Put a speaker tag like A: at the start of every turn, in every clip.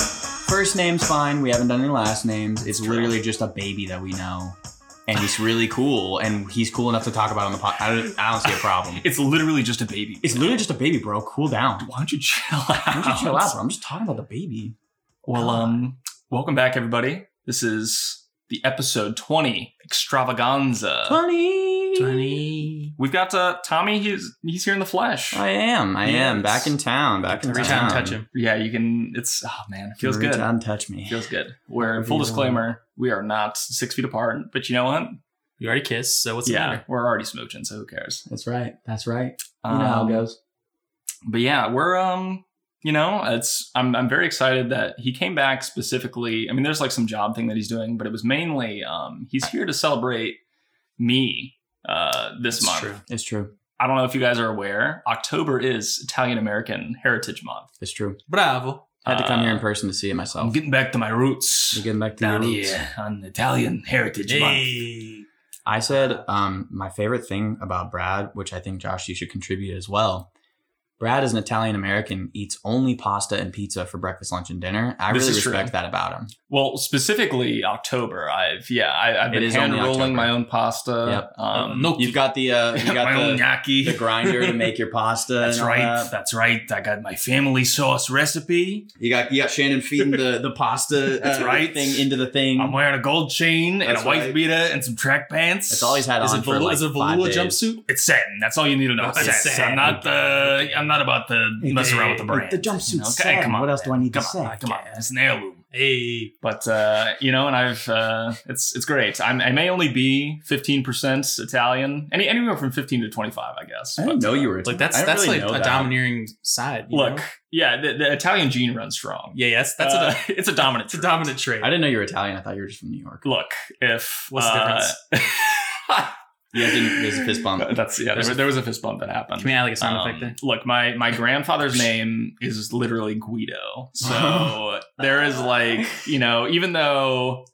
A: first name's fine. We haven't done any last names. It's literally just a baby that we know, and he's really cool, and he's cool enough to talk about on the pod. I don't, I don't see a problem.
B: It's literally just a baby.
A: It's literally just a baby, bro. Cool down.
B: Why don't you chill out?
A: Why don't you chill out, bro? I'm just talking about the baby.
B: Well, um, welcome back, everybody. This is the episode 20 extravaganza.
A: Funny.
B: We've got uh, Tommy. He's he's here in the flesh.
A: I am. I am back in town. Back in
C: Reach
A: town.
C: out and touch him.
B: Yeah, you can. It's oh man, it feels
A: Reach
B: good.
A: out and touch me.
B: Feels good. Where
A: Whatever
B: full
A: you
B: disclaimer, we are not six feet apart, but you know what?
C: You already kissed, so what's the
B: yeah,
C: matter?
B: we're already smooching, so who cares?
A: That's right. That's right. You know
B: Um,
A: how it goes.
B: But yeah, we're um, you know, it's I'm I'm very excited that he came back specifically. I mean, there's like some job thing that he's doing, but it was mainly um, he's here to celebrate me uh this
C: It's
B: month.
C: true.
A: It's true.
B: I don't know if you guys are aware, October is Italian American Heritage Month.
A: It's true.
C: Bravo.
A: I had to come
B: Uh,
A: here in person to see it myself.
B: I'm getting back to my roots.
A: You're getting back to
B: down
A: your roots.
B: here on Italian Heritage Month.
C: Hey.
A: I said um, my favorite thing about Brad, which I think Josh, you should contribute as well. Brad is an Italian American, eats only pasta and pizza for breakfast, lunch, and dinner. I
B: This
A: really
B: is true.
A: respect that about him.
B: Well, specifically October. I've yeah, I, I've
A: It
B: been
A: is
B: hand
A: only
B: rolling
A: October.
B: my own pasta.
A: Yep.
B: Um,
C: no,
A: You've got the uh, you
B: my
A: got
B: own gnocchi.
A: the, the grinder to make your pasta.
B: That's
A: and all
B: right.
A: that. Mm-hmm.
B: That's right. I got my family sauce recipe.
A: You got you got Shannon feeding the the pasta
B: That's
A: uh,
B: right.
A: thing into the thing.
B: I'm wearing a gold chain
A: That's
B: and a white
A: right.
B: beater and some track pants.
A: That's all he's had
C: Is
A: on
C: it,
A: for
C: Velu-
A: like
C: is it
A: five
C: Velua
A: days.
C: jumpsuit?
B: It's satin. That's all you need to know.
C: That's
B: It's satin.
C: satin.
B: I'm not the. I'm not about the mess around with the brand.
A: The jumpsuit.
B: Okay, come on.
A: What else do I need
B: Come
A: to say?
B: on, come on. It's an heirloom.
C: Hey.
B: But uh, you know, and I've uh, it's it's great. I'm, I may only be fifteen percent Italian, any anywhere from fifteen to twenty five, I guess.
A: I didn't
B: But,
A: know you
B: uh,
A: were Italian.
C: Like that's
A: I didn't
C: that's
A: really
C: like
A: know
C: a
A: that.
C: domineering side. you
B: Look,
C: know?
B: yeah, the, the Italian gene runs strong.
C: Yeah, yes, that's
B: Uh,
C: a
B: it's a dominant.
C: it's a
B: trait.
C: dominant trait.
A: I didn't uh, know you were Italian. I thought you were just from New York.
B: Look, if
C: What's the
B: difference?
A: Yeah, I think there's a fist bump.
B: That's yeah. There,
C: There's a-
B: there was a fist bump that happened.
C: Can we add like a sound effect
B: Um,
C: there?
B: Look, my my grandfather's name is literally Guido. So there is like, you know, even though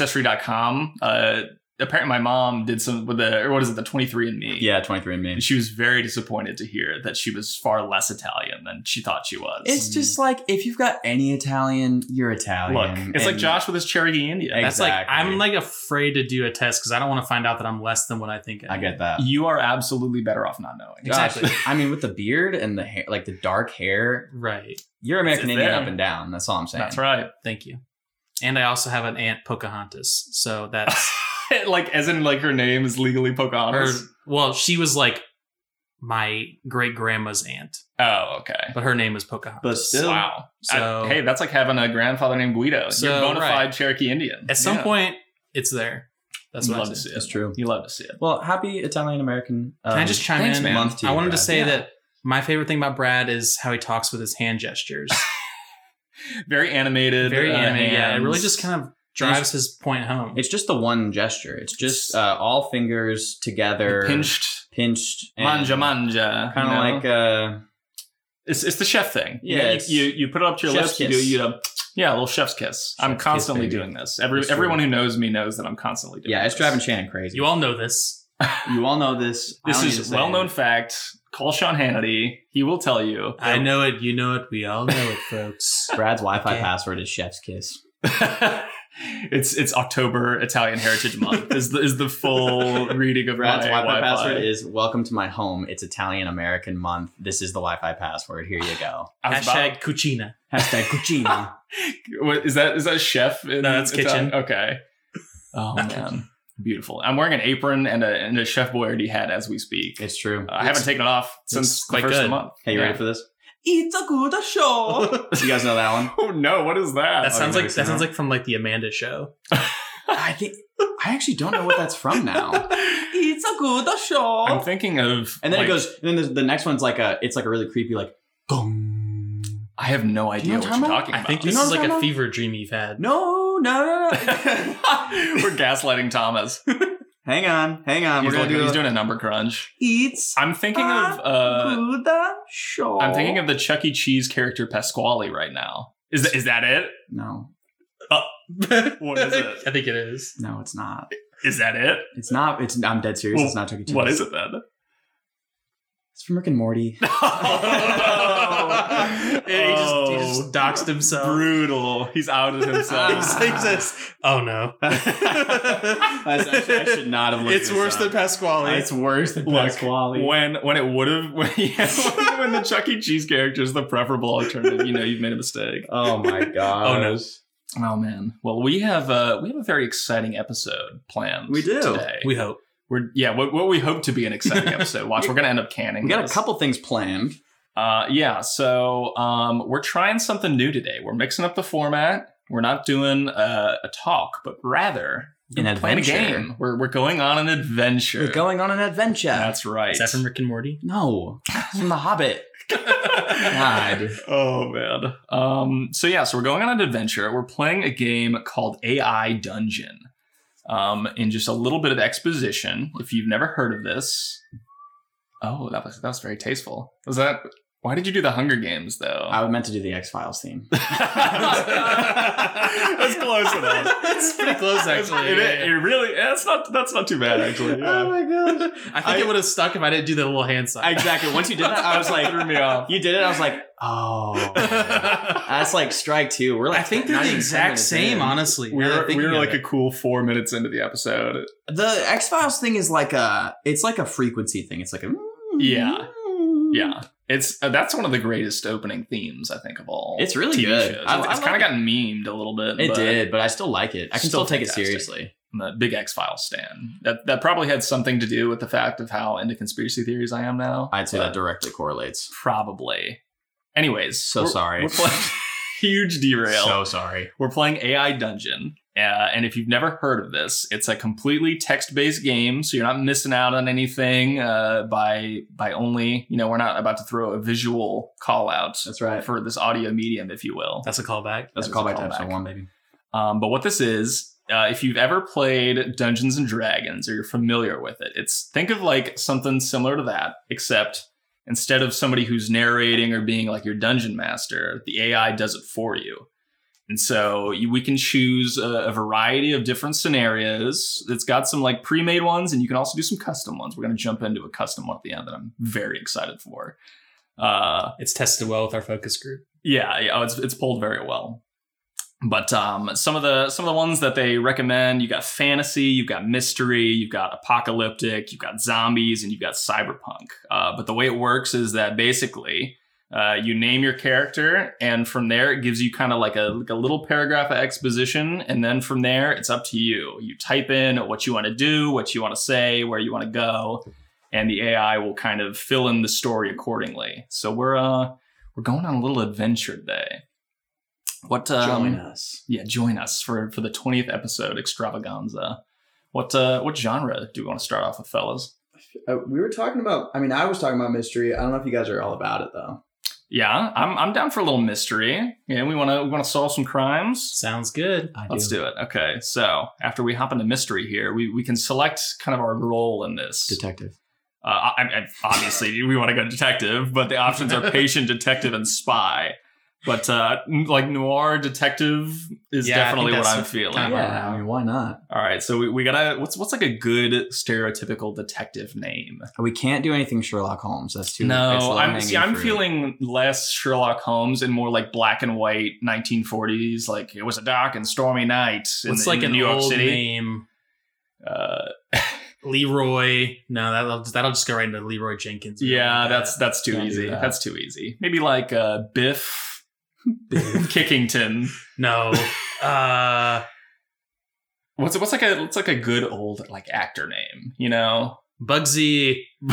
B: ancestry.com uh apparently my mom did some with the or what is it the 23 and me.
A: Yeah, 23 and me.
B: She was very disappointed to hear that she was far less Italian than she thought she was.
A: It's just like if you've got any Italian, you're Italian.
B: look, it's like
A: And
B: Josh with his Cherokee Indian.
A: Ex-
C: That's like
A: exactly.
C: I'm like afraid to do a test because I don't want to find out that I'm less than what I think.
A: I
C: am.
A: get that.
B: you are absolutely better off not knowing.
A: Josh,
C: Exactly.
A: I mean, with the beard and the hair, like the dark hair,
C: Right.
A: you're American
B: It's
A: Indian
B: there.
A: up and down. That's all I'm saying.
B: That's right.
C: Thank you. And I also have an aunt Pocahontas, so that's
B: like as in like her name is legally
A: Oh,
C: her.
B: Pocahontas.
C: Well, she was like my great grandma's aunt,
B: oh, okay.
C: but her name is Pocahontas.
A: But still-
B: Wow. I-
C: so
B: hey, that's like having a grandfather named Guido. You're
C: So,
B: bona fide
C: right.
B: Cherokee Indian.
C: at some
B: Yeah.
C: point, it's there. That's
B: you
C: what I
B: love to
C: said.
B: see
A: That's
B: it.
A: true.
B: You love to see it.
A: Well, happy Italian American. um,
C: Can I just chime
B: thanks,
C: in?
B: man.
A: Month to
C: I
A: you,
C: wanted to
A: Brad.
C: say
B: Yeah.
C: that my favorite thing about Brad is how he talks with his hand gestures.
B: Very animated.
C: Very
B: uh,
C: animated. Yeah, it
B: hands.
C: really just kind of drives his point home.
A: It's just the one gesture. It's just uh, all fingers together,
B: pinched.
A: pinched, and
B: Manja, manja.
A: Kind of
B: you know?
A: like uh,
B: it's, it's the chef thing. You
A: Yeah,
B: know,
A: it's-
B: you, you you put it up to your
A: Chef's
B: lips. You do
A: kiss.
B: you know, yeah, a little chef's kiss. I'm
A: Chef's kiss,
B: constantly
A: baby.
B: doing this. Every
A: That's true.
B: everyone who knows me knows that I'm constantly doing.
A: yeah, it's
B: this.
A: driving Shannon crazy.
C: you all know this.
A: You all know this. I
B: This
A: don't need to
B: is
A: say
B: well known
A: it.
B: fact. Call Sean Hannity. He will tell you.
C: I know it. You know it. We all know it, folks.
A: Brad's Wi-Fi
C: Yeah.
A: password is Chef's Kiss.
B: it's it's October Italian Heritage Month is the, is the full reading of
A: Brad's
B: my
A: Wi-Fi,
B: Wi-Fi.
A: password is "Welcome to my home." It's Italian American month. This is the Wi-Fi password. Here you go.
B: I was
C: Hashtag Cucina.
A: Hashtag cucina.
B: about- what, is that is that chef? In
C: No, that's
B: Italian?
C: kitchen.
B: Okay. Oh man, beautiful. I'm wearing an apron and a and a Chef Boyardee hat as we speak. Uh,
A: it's true.
B: I haven't taken it off since the
C: quite
B: first of the
C: good.
B: month.
A: Hey, you ready for this? It's a good show. you guys know that one?
B: Oh no, what is that?
C: That
A: Oh,
C: sounds
A: you've
C: like
A: never seen
C: that sounds
A: that?
C: like from like the Amanda Show.
A: I think I actually don't know what that's from now. it's a good
B: I'm
A: show.
B: thinking of
A: And then
B: like,
A: it goes. And then there's, the next one's like a. It's like a really creepy like. Gong.
B: I have no
A: Do you
B: idea
A: know
B: what
A: what
B: you're
A: I'm
B: talking
C: I
B: about.
C: think
A: You
C: this
A: know
C: is
A: what I'm
C: like a
A: talking
C: fever dream you've had.
A: No, no, no, no.
B: We're gaslighting Thomas.
A: hang on, hang on.
B: he's,
A: We're
B: like-
A: gonna do.
B: he's
A: a-
B: doing a number crunch.
A: It's
B: I'm thinking of uh,
A: a good show.
B: I'm thinking of the Chuck E. Cheese character Pasquale right now. Is that, is that it?
A: No,
B: What is it?
C: I think it is.
A: no, it's not.
B: Is that it?
A: It's not. It's. I'm dead serious.
B: Well,
A: it's not Chuck E. Cheese.
B: What is it then?
A: It's from Rick and Morty.
B: Oh.
C: And he, just, he just doxed himself. Ah.
B: Brutal. He's out of
C: He
B: himself.
C: says, "Oh no,
A: That's actually- I should not have looked
C: it's
A: this
C: worse
A: up.
C: than Pasquale."
A: It's worse than
B: Look,
A: Pasquale.
B: when when it would have when, yeah, when the Chuck E. Cheese character is the preferable alternative, you know you've made a mistake.
A: oh my god.
C: Oh, no.
B: Oh man. Well, we have uh we have a very exciting episode planned.
A: We do.
B: Today.
C: we hope.
B: We're yeah. What, what we hope to be an exciting episode. Watch, we're gonna end up canning.
A: We got a
B: this.
A: couple things planned.
B: Uh, yeah. So um, we're trying something new today. We're mixing up the format. We're not doing uh, a talk, but rather
A: An
B: we're playing a
A: adventure.
B: game. We're we're going on an adventure.
A: We're going on an adventure.
B: That's right.
C: Is that from Rick and Morty?
A: no, it's from The Hobbit. God.
B: Oh man. Um, so yeah, so we're going on an adventure. We're playing a game called AI Dungeon. Um, and just a little bit of exposition. If you've never heard of this, oh, that was that was very tasteful. Was that? Why did you do the Hunger Games
C: Oh.
B: though?
A: I meant to do the X Files theme.
B: that's close enough.
C: That's pretty close, actually.
B: It,
C: Yeah,
B: it,
C: yeah.
B: it really. That's not. That's not too bad, actually. Yeah.
A: Oh my gosh.
C: I think
A: Um, I-
C: it would have stuck if I didn't do the little hand sign.
A: Exactly. Once you did that, I was like,
B: threw me off.
A: you did it. I was like, oh. That's like strike two. We're like,
C: I think they're
A: not
C: the
A: even ten
C: exact
A: minutes
C: same,
A: in.
C: honestly.
B: We
C: now that
B: were,
C: I'm
B: we
C: thinking
B: were
C: of
B: like a
C: it.
B: cool four minutes into the episode.
A: Mm-hmm. The X Files thing is like a, it's like a frequency thing. It's like a, Mm-hmm.
B: Yeah. Yeah, it's uh, that's one of the greatest opening themes I think of all.
A: It's really
B: TV
A: good.
B: Shows.
A: I-
B: it's
A: I
B: kind of
A: like
B: gotten memed a little bit.
A: It
B: but
A: did, but I still like it. I can
B: Still
A: still, take
B: fantastic.
A: it seriously.
B: I'm a big X Files stan. That that probably had something to do with the fact of how into conspiracy theories I am now.
A: I'd say
B: but
A: that directly correlates.
B: probably. Anyways,
A: So
B: we're-
A: sorry.
B: We're playing, huge derail.
A: So sorry.
B: We're playing AI Dungeon. Uh, and if you've never heard of this, it's a completely text-based game, so you're not missing out on anything uh, by by only you know we're not about to throw a visual call out
A: That's right.
B: for this audio medium, if you will.
C: That's a callback.
A: That's a
B: That's a
A: callback to episode
B: callback.
A: one, baby.
B: Um, but what this is, uh, if you've ever played Dungeons and Dragons or you're familiar with it, it's think of like something similar to that, except instead of somebody who's narrating or being like your dungeon master, the AI does it for you. And so you, we can choose a, a variety of different scenarios. It's got some like pre-made ones, and you can also do some custom ones. We're going to jump into a custom one at the end that I'm very excited for. Uh,
C: It's tested well with our focus group.
B: yeah, yeah, oh, it's it's pulled very well. But um, some of the some of the ones that they recommend, you got fantasy, you've got mystery, you've got apocalyptic, you've got zombies, and you've got cyberpunk. Uh, but the way it works is that basically uh, you name your character, and from there it gives you kind of like a like a little paragraph of exposition, and then from there it's up to you. You type in what you want to do, what you want to say, where you want to go, and the AI will kind of fill in the story accordingly. So we're uh we're going on a little adventure today. What um,
A: us.
B: yeah, join us for for the twentieth episode extravaganza. What uh, what genre do we want to start off with, fellas?
A: Uh, we were talking about. I mean, I was talking about mystery. I don't know if you guys are all about it though.
B: Yeah, I'm I'm down for a little mystery. Yeah, we want to we want to solve some crimes.
C: Sounds good.
A: I
B: Let's do it. Okay, so after we hop into mystery here, we we can select kind of our role in this.
A: Detective.
B: Uh, I, I, obviously, we want to go detective, but the options are patient, detective, and spy. But uh, n- like noir detective is
C: Yeah, I think
B: definitely what
C: that's
B: I'm feeling.
C: kind of
A: Yeah, I mean, why not?
B: All right, so we, we gotta what's what's like a good stereotypical detective name?
A: We can't do anything Sherlock Holmes. That's too. it's
B: no, I'm
A: low-hanging
B: see, I'm
A: fruit.
B: feeling less Sherlock Holmes and more like black and white 1940s. Like it was a dark and stormy night in,
C: It's
B: the-
C: like
B: in
C: an
B: New York
C: old
B: City.
C: name,
B: Uh,
C: Leroy. No, that'll that'll just go right into Leroy Jenkins. or
B: yeah,
C: like that.
B: that's that's too
A: Can't do
B: easy.
A: that.
B: That's too easy. Maybe like uh, Biff Kickington.
C: no. Uh,
B: What's what's like a it's like a good old like actor name? You know,
C: Bugsy.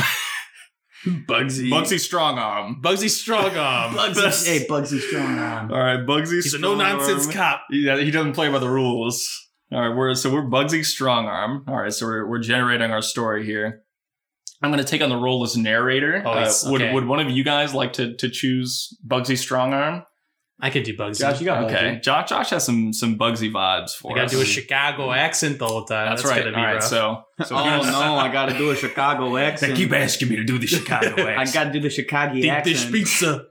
A: Bugsy.
B: Bugsy Strongarm.
C: Bugsy Strongarm.
A: Bugsy. Hey, Bugsy Strongarm.
B: All right, Bugsy.
C: He's a no nonsense
B: Strongarm.
C: cop.
B: Yeah, he doesn't play by the rules. All right, we're so we're Bugsy Strongarm. All right, so we're, we're generating our story here. I'm going to take on the role as narrator.
C: Oh,
B: uh,
C: it's-
B: would
C: okay.
B: would one of you guys like to to choose Bugsy Strongarm?
C: I could do Bugsy.
A: Josh, you got
B: Okay, Josh Josh has some some Bugsy vibes for
C: I gotta
B: us.
C: do a Chicago accent the whole time.
B: That's,
C: That's,
B: right.
C: Gonna be
B: All right,
C: rough.
B: so so
A: oh
B: here's-
A: no, I gotta do a Chicago
B: They
A: accent.
B: keep asking me to do the Chicago
A: I
B: accent.
A: gotta do the Chicago
C: Deep dish
A: accent.
C: pizza.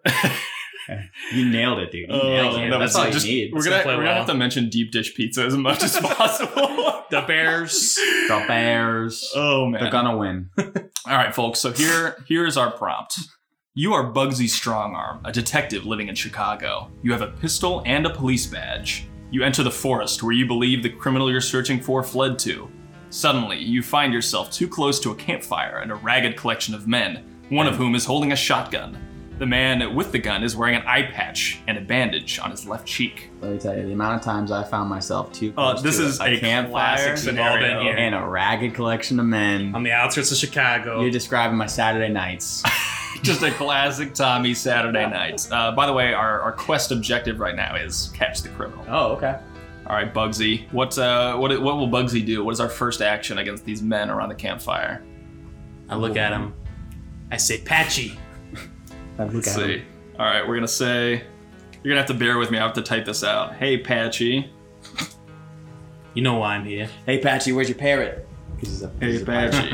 A: You nailed it, dude. You
B: Oh,
A: nailed it.
B: that
A: That's
B: was
A: all
B: just-
A: you need.
B: We're
C: It's
B: gonna,
C: gonna play
B: we're gonna
C: well.
B: have to mention deep dish pizza as much as possible.
C: The Bears.
A: The Bears.
B: oh man,
A: They're gonna win.
B: All right, folks. So here here is our prompt. You are Bugsy Strongarm, a detective living in Chicago. You have a pistol and a police badge. You enter the forest where you believe the criminal you're searching for fled to. Suddenly, you find yourself too close to a campfire and a ragged collection of men, one of whom is holding a shotgun. The man with the gun is wearing an eye patch and a bandage on his left cheek.
A: Let me tell you, the amount of times I found myself too
B: Uh,
A: close
B: this
A: to
B: is
A: a,
B: a
A: campfire
B: classic
C: We've all been
B: scenario.
C: here.
A: and a ragged collection of men.
C: on the outskirts of Chicago.
A: You're describing my Saturday nights.
B: Just a classic Tommy Saturday night. Uh, by the way, our, our quest objective right now is catch the criminal.
A: oh, okay.
B: All right, Bugsy. What uh, what what will Bugsy do? What is our first action against these men around the campfire?
C: I look at him. I say, Patchy.
A: Look
B: Let's
A: at
B: see.
A: him.
B: All right, we're gonna say. You're gonna have to bear with me. I have to type this out. Hey, Patchy.
C: You know why I'm here.
A: Hey, Patchy, where's your parrot? Because he's a,
B: Hey,
A: he's a pirate.
B: Patchy.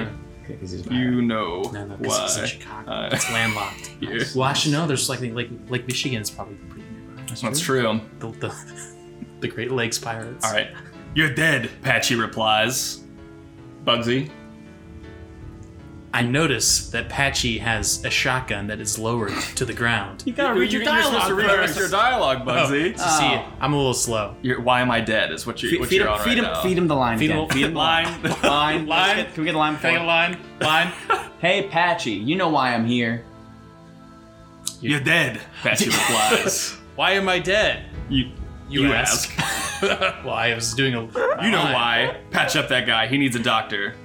A: Okay, 'cause he's a pirate.
B: You know
C: No, no, because it's in
B: why.
C: Chicago.
B: Uh,
C: it's landlocked.
B: Yeah.
C: Well, I should know. There's like Lake Lake Michigan's probably pretty nearby.
B: That's true.
C: The, the, the Great Lakes Pirates.
B: All right. You're dead, Patchy replies. Bugsy.
C: I notice that Patchy has a shotgun that is lowered to the ground.
A: You gotta read your
B: You're supposed
A: dialogue
B: to read the rest of your dialogue, Bugsy.
C: Oh, see, I'm a little slow.
B: You're, why am I dead? Is what you're,
A: Uh, Fe-
B: what
A: feed,
B: you're
A: him,
B: on right
A: feed, him,
B: now.
A: feed him the line
C: Feed him-
A: again.
C: feed him
A: the
B: Line.
A: line. Let's
C: Line.
A: get- Can we get a line?
C: Can I get a
A: before-
C: line? Line?
A: Hey, Patchy, you know why I'm here.
B: You're dead, Patchy replies.
C: Why am I dead?
B: you, you, ask.
C: well, I was doing a.
B: you know why. Patch up that guy. He needs a doctor.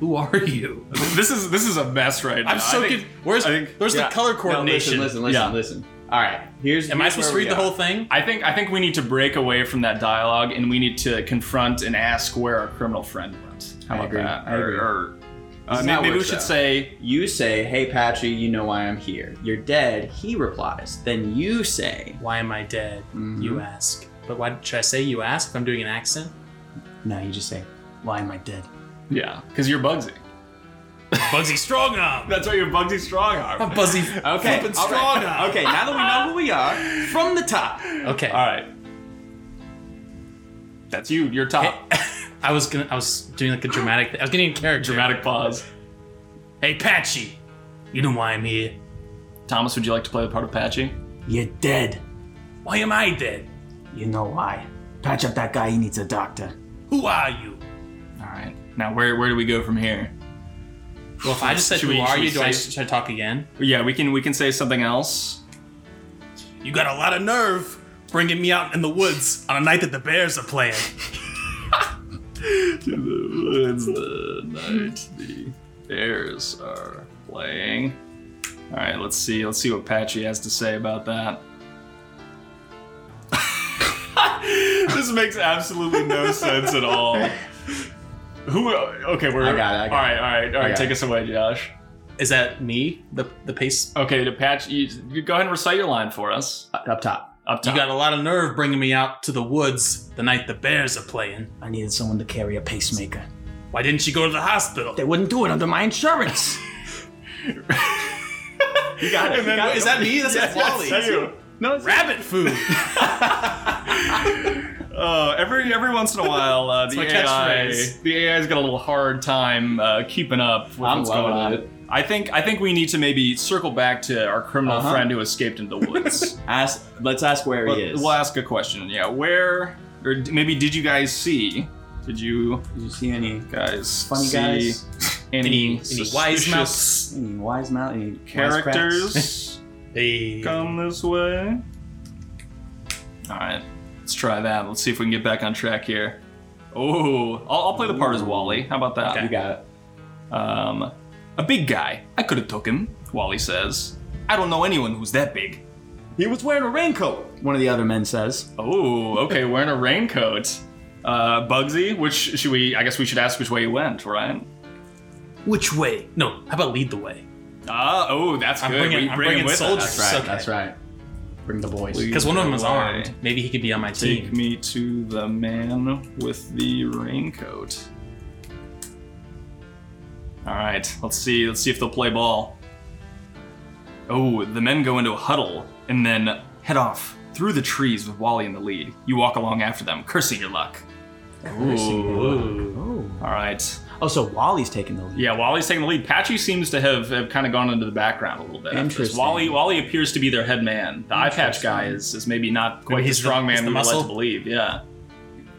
C: Who are you?
B: This is this is a mess right now.
C: I'm so
B: I
C: good.
B: think-
C: Where's
B: I think-
C: where's
B: yeah.
C: the color
A: No,
C: coordination?
A: listen, listen, listen,
B: Yeah.
A: listen. All right, here's.
C: Am I
A: here's
C: supposed to
A: where
C: read
A: we
C: the
A: are.
C: whole thing?
B: I think I think we need to break away from that dialogue and we need to confront and ask where our criminal friend went. How
A: I
B: about
A: agree.
B: that?
A: I
B: Or-
A: agree.
B: Or, uh,
A: This is
B: may-
A: how it
B: maybe we
A: works
B: should
A: out.
B: say
A: You say, "Hey, Patchy, you know why I'm here. You're dead." He replies. Then you say,
C: Why am I dead?
A: Mhm.
C: You ask. But why should I say you ask if I'm doing an accent?
A: "No, you just say, why am I dead?"
B: yeah, because you're Bugsy.
C: Bugsy Strongarm.
B: That's why you're Bugsy
C: I'm
B: Strongarm.
C: Buzzy.
A: Okay,
C: flippin'
A: all right.
C: Strongarm.
A: Okay, now that we know who we are, from the top.
C: Okay.
B: All right, that's you. You're top.
C: I was gonna. I was doing like a dramatic. I was getting in character.
B: Dramatic pause.
C: Hey, Patchy. You know why I'm here.
B: Thomas, would you like to play the part of Patchy?
A: You're dead.
C: Why am I dead?
A: You know why? Patch up that guy. He needs a doctor.
C: Who are you?
B: All right. Now, where where do we go from here?
C: Well, if I just said
B: Should
C: who
B: we-
C: are
B: should we
C: you, do I,
B: say-
C: should I talk again?
B: Yeah, we can we can say something else.
C: You got a lot of nerve bringing me out in the woods on a night that the Bears are playing.
B: to the woods the night the bears are playing. All right, let's see. Let's see what Patchy has to say about that. this makes absolutely no sense at all. Who? Okay, we're
A: I got it, I got
B: all right, all right, all
A: I
B: right.
A: got
B: Take
A: it.
B: us away, Josh.
C: Is that me? The the pace.
B: Okay, to Patch, you, you go ahead and recite your line for us.
A: Up up top.
B: Up
C: You
B: top.
C: got a lot of nerve bringing me out to the woods the night the Bears are playing.
A: I needed someone to carry a pacemaker.
C: Why didn't you go to the hospital?
A: They wouldn't do it under my insurance. you got it.
B: And then-
A: you got it.
B: is
C: that me? That's
A: Yes,
C: Wally.
A: yes, that's you. No, it's
C: Rabbit food.
B: Uh, every every once in a while, uh, the
C: my
B: AI
C: catchphrase.
B: the AI's got a little hard time uh, keeping up with
A: I'm
B: what's
A: loving
B: going on.
A: it.
B: I think I think we need to maybe circle back to our criminal
A: Uh-huh.
B: friend who escaped into the woods.
A: Ask. Let's ask where
B: But
A: he is.
B: We'll ask a question. Yeah, where or d- maybe did you guys see? Did you
A: Did you see any
B: guys
A: funny
B: see
A: guys?
B: any,
C: Any, any wise
B: suspicious
C: mouse.
A: Any wise mouth? Any wise cracks?
B: characters
C: Hey.
B: come this way? All right, let's try that. Let's see if we can get back on track here. Oh, I'll, I'll play the part as Wally. How about that?
A: You got it.
B: Um, a big guy. I could have took him. Wally says. I don't know anyone who's that big.
A: He was wearing a raincoat. One of the other men says.
B: Oh, okay, wearing a raincoat. Uh, Bugsy, which should we? I guess we should ask which way he went, right?
C: Which way? No. How about lead the way?
B: Ah, oh, that's
C: I'm
B: good.
C: bringing-
B: we
C: I'm
B: bring him
C: bringing
B: with
C: soldiers.
A: That's right.
C: Okay.
A: That's right. Bring the boys.
B: Please.
C: Because one of them is
B: Lead the way.
C: armed. Maybe he could be on my
B: us. Take
C: team.
B: me to the man with the raincoat. All right, let's see. Let's see if they'll play ball. Oh, the men go into a huddle and then head off through the trees with Wally in the lead. You walk along after them, cursing your luck.
A: Cursing your luck.
B: All right.
A: Oh, so Wally's taking the lead.
B: Yeah, Wally's taking the lead. Patchy seems to have, have kind of gone into the background a little bit. after this.
A: Interesting.
B: Wally Wally appears to be their head man. The eye patch guy is, is maybe not quite
C: he's
B: the
C: the-
B: strong
C: he's
B: man
C: the
B: we were led
C: muscle?
B: to believe. Yeah.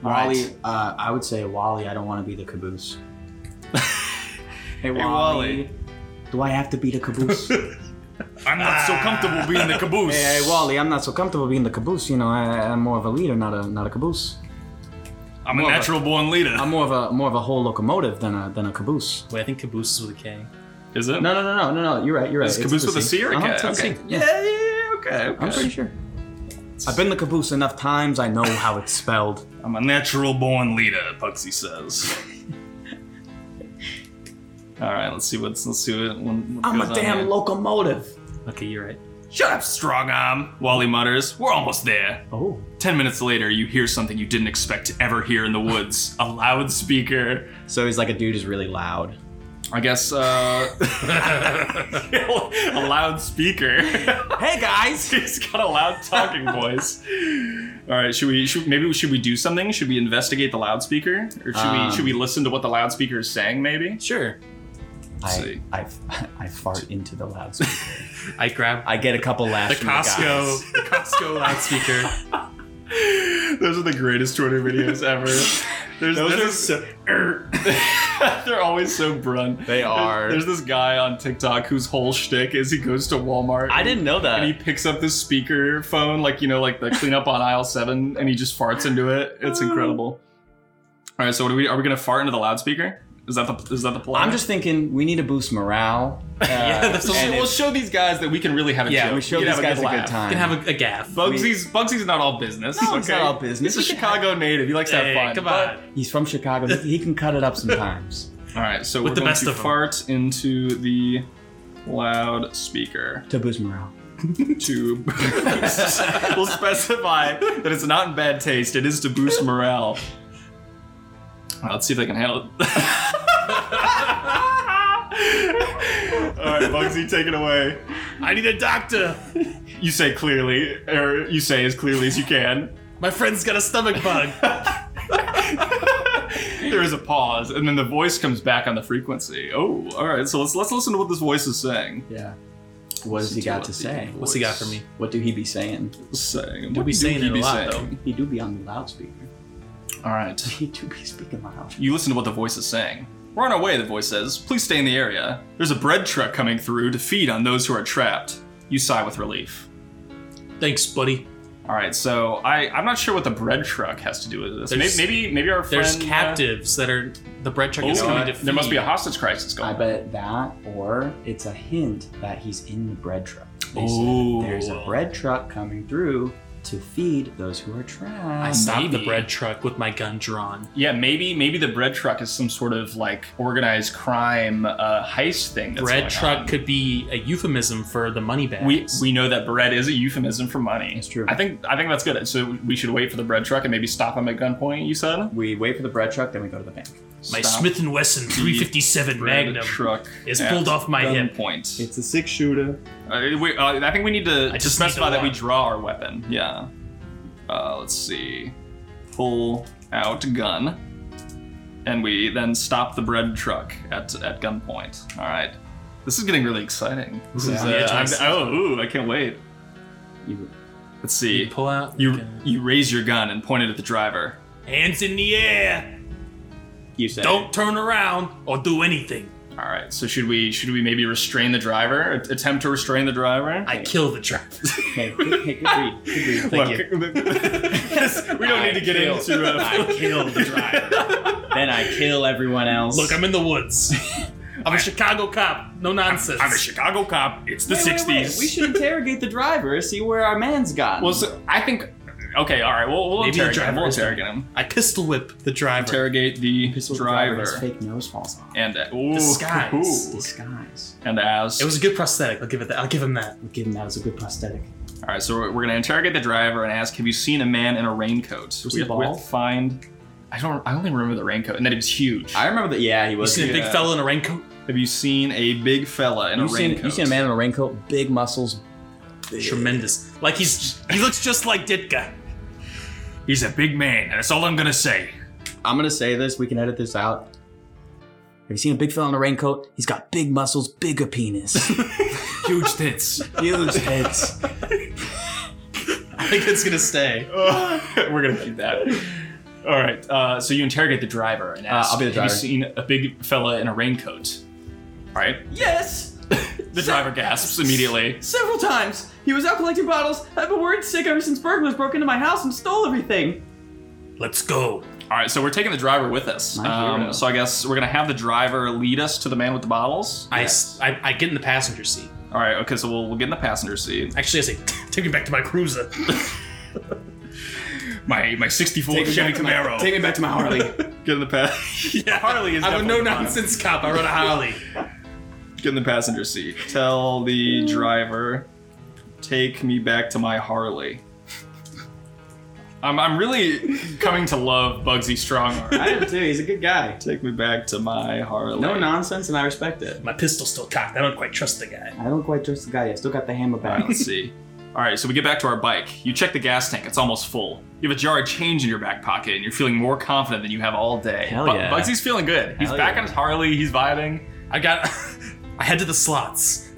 A: Wally,
C: Right.
A: uh, I would say Wally. I don't want to be the caboose. hey, Wally,
B: Wally.
A: Do I have to be the caboose?
C: I'm not so comfortable being the caboose.
A: hey, Wally, I'm not so comfortable being the caboose. You know, I, I'm more of a leader, not a not a caboose.
C: I'm
B: More
C: a
B: of a-
C: natural born leader.
A: I'm more of a more of a whole locomotive than a than a caboose.
C: Wait, I think caboose is with a K.
B: Is it?
A: No, no, no, no, no, no. You're right. You're right.
B: Is
A: It's
B: caboose with a
A: C.
B: C or a
A: Uh-huh,
B: K?
A: it's a C,
B: Okay.
A: yeah.
B: yeah, yeah, okay. okay.
A: I'm pretty sure. I've been the caboose enough times. I know how it's spelled.
C: I'm a natural born leader, Pugsy says.
B: All right, let's see what's let's see what. what
A: I'm a
B: goes on
A: damn
B: here.
A: locomotive.
C: Okay, you're right.
B: Shut up, strong arm. Wally mutters. We're almost there.
A: Oh,
B: Ten minutes later, you hear something you didn't expect to ever hear in the woods. a loudspeaker.
A: so he's like a dude who's really loud.
B: I guess uh, a loudspeaker.
A: Hey guys.
B: He's got a loud talking voice. All right, should we? Should, maybe we- should we do something? Should we investigate the loudspeaker, or should
A: Um,
B: we? Should we listen to what the loudspeaker is saying? Maybe.
C: Sure.
A: I,
B: see.
A: I, I fart into the loudspeaker.
C: I grab
A: I get a couple
C: the
A: laughs. from guys.
C: Costco, the Costco loudspeaker.
B: Those are the greatest Twitter videos ever. There's,
C: Those
B: there's
C: are
B: this- They're always so brunt.
A: They are.
B: There's, this guy on TikTok whose whole shtick is he goes to Walmart.
A: I didn't know
B: And he
A: that.
B: picks up this speaker phone, like you know, like the cleanup on aisle seven, and he just farts into it. It's incredible. All right, so what are we? Are we gonna fart into the loudspeaker? Is that the is that the plan?
A: I'm just thinking we need to boost morale. Uh,
C: Yeah, that's
B: So
A: and
B: we'll
A: if-
B: show these guys that we can really have a
C: Yeah,
B: joke.
A: we show
B: can
A: these
B: have
A: guys a good
B: laugh.
A: time.
C: can have a, a gaff.
B: Bugsy's Bugsy's not all business.
A: No,
B: okay?
A: he's not all business.
B: He's a
A: He can
B: Chicago native. He likes to
C: Hey,
B: have fun.
C: come
B: but-
C: on.
A: He's from Chicago. He, he can cut it up sometimes.
B: All right, so
C: With
B: we're
C: the
B: going
C: best
B: to
C: of 'em.
B: fart into the loudspeaker
A: to boost morale.
B: to. we'll specify that it's not in bad taste. It is to boost morale. Well, let's see if they can handle it. All right, Bugsy, take it away.
C: I need a doctor.
B: You say clearly, or you say as clearly as you can.
C: My friend's got a stomach bug.
B: there is a pause, and then the voice comes back on the frequency. Oh, all right. So let's let's listen to what this voice is saying.
A: Yeah. What has he got to say?
C: What's he got for me?
A: What do he be saying?
B: Saying.
C: be saying it a lot,
A: He do be on the loudspeaker.
B: All right.
A: He do be speaking loud.
B: You listen to what the voice is saying. We're on our way, the voice says. Please stay in the area. There's a bread truck coming through to feed on those who are trapped. You sigh with relief.
C: Thanks, buddy.
B: All right, so I I'm not sure what the bread truck has to do with this. Maybe
C: There's-
B: maybe, maybe our friend.
C: There's
B: uh,
C: captives that are the bread truck
B: oh,
C: is
B: you know
C: coming
B: what?
C: to
B: there must be a
C: feed.
B: hostage crisis going.
A: I
B: on.
A: bet that, or it's a hint that he's in the bread truck. They said,
B: Ooh.
A: There's a bread truck coming through to feed those who are
C: I
A: trapped.
C: stopped
B: Maybe.
C: the bread truck with my gun drawn.
B: Yeah, maybe maybe the bread truck is some sort of like organized crime uh, heist thing. That's
C: bread
B: going
C: truck
B: on.
C: could be a euphemism for the money bags.
B: We we know that bread is a euphemism for money.
A: It's true.
B: I think I think that's good. So we should wait for the bread truck and maybe stop him at gunpoint. You said
A: We wait for the bread truck, then we go to the bank.
C: my
B: Stop
C: Smith and Wesson 357
B: bread
C: Magnum
B: truck
C: is
B: at
C: pulled off my hip.
B: Gunpoint.
A: It's a six shooter.
B: Uh, we- uh, I think we need to
C: I
B: to
C: just
B: specify
C: need to
B: that we
C: walk.
B: draw our weapon. Yeah. Uh, let's see. Pull out gun. And we then stop the bread truck at, at gunpoint. All right. This is getting really exciting. This
A: Ooh,
B: is,
A: yeah,
B: uh, I'm-
C: nice.
B: oh, ooh, I can't wait.
A: You,
B: Let's see.
C: You pull out your
B: You you raise your gun and point it at the driver.
C: hands in the air.
A: you say.
C: Don't turn around or do anything.
B: All right. So should we should we maybe restrain the driver? a- Attempt to restrain the driver?
C: I kill the driver.
A: Hey, good, hey, good read. Good read. Thank you.
B: we don't need to get
C: I
B: into.
C: kill-
B: Uh,
C: I kill the driver.
A: Then I kill everyone else.
C: Look, I'm in the woods. I'm a Chicago cop. No nonsense.
B: I'm a Chicago cop. It's the
A: Wait, wait,
B: 60s.
A: wait. We should interrogate the driver, see where our man's gone.
B: Well, so I think. Okay, all right. We'll, we'll
C: Maybe the
B: interrogate him.
C: driver
B: We'll
C: is
B: interrogate him.
C: I pistol whip the driver.
B: Interrogate the
A: Pistol
B: driver.
A: His fake nose falls off.
B: And uh, ooh,
C: Disguise.
B: ooh.
A: Disguise.
B: and as
C: It was a good prosthetic. I'll give it that. I'll give him that.
A: We'll give him that as a good prosthetic.
B: all right, so we're, we're gonna interrogate the driver and ask, "Have you seen a man in a raincoat?"
A: Was
B: we,
A: he
B: have, we have
A: bald?
B: to find. I don't. I only remember the raincoat, and that it was huge.
A: I remember that. Yeah, he
C: You
A: was.
C: seen a big
B: yeah.
C: fella in a raincoat?
B: have you seen a big fella in
A: You
B: a
A: seen,
B: raincoat?
A: you seen a man in a raincoat, big muscles. big.
C: Tremendous. Like he's he looks just like Ditka.
B: He's a big man, and that's all I'm gonna say.
A: I'm gonna say this. We can edit this out. Have you seen a big fella in a raincoat? He's got big muscles, bigger penis,
B: Huge tits.
A: huge tits.
C: I think it's gonna stay.
B: We're gonna keep that. All right. Uh, so you interrogate the driver and ask,
A: I'll be the driver."
B: "Have you seen a big fella in a raincoat?" All right.
D: Yes!
B: The driver gasps immediately.
D: Several times! He was out collecting bottles. I've been worried sick ever since burglars broke into my house and stole everything.
C: Let's go.
B: All right. So we're taking the driver with us.
A: My hero.
B: Um, so I guess we're gonna have the driver lead us to the man with the bottles.
C: I s I I I, get in the passenger seat.
B: All right. Okay. So we'll, we'll get in the passenger seat.
C: Actually, I say, take me back to my cruiser.
B: My my '64 Chevy Camaro.
A: me back to my Harley.
B: Get in the pass. yeah. Harley is.
C: I'm a
B: definitely
C: no nonsense cop. I run a Harley.
B: fine. Get in the passenger seat. Tell the driver, take me back to my Harley. I'm, I'm really coming to love Bugsy Strongarm.
A: I am too. He's a good guy.
B: Take me back to my Harley.
A: No nonsense, and I respect it.
C: My pistol's still cocked. I don't quite trust the guy.
A: I don't quite trust the guy. I still got the hammer
B: All
A: back.
B: right, let's see. All right, so we get back to our bike. You check the gas tank; it's almost full. You have a jar of change in your back pocket, and you're feeling more confident than you have all day.
A: Hell yeah.
B: Bugsy's feeling good. He's
A: Hell
B: back
A: yeah.
B: on his Harley. He's vibing.
C: I got. I head to the slots.
A: is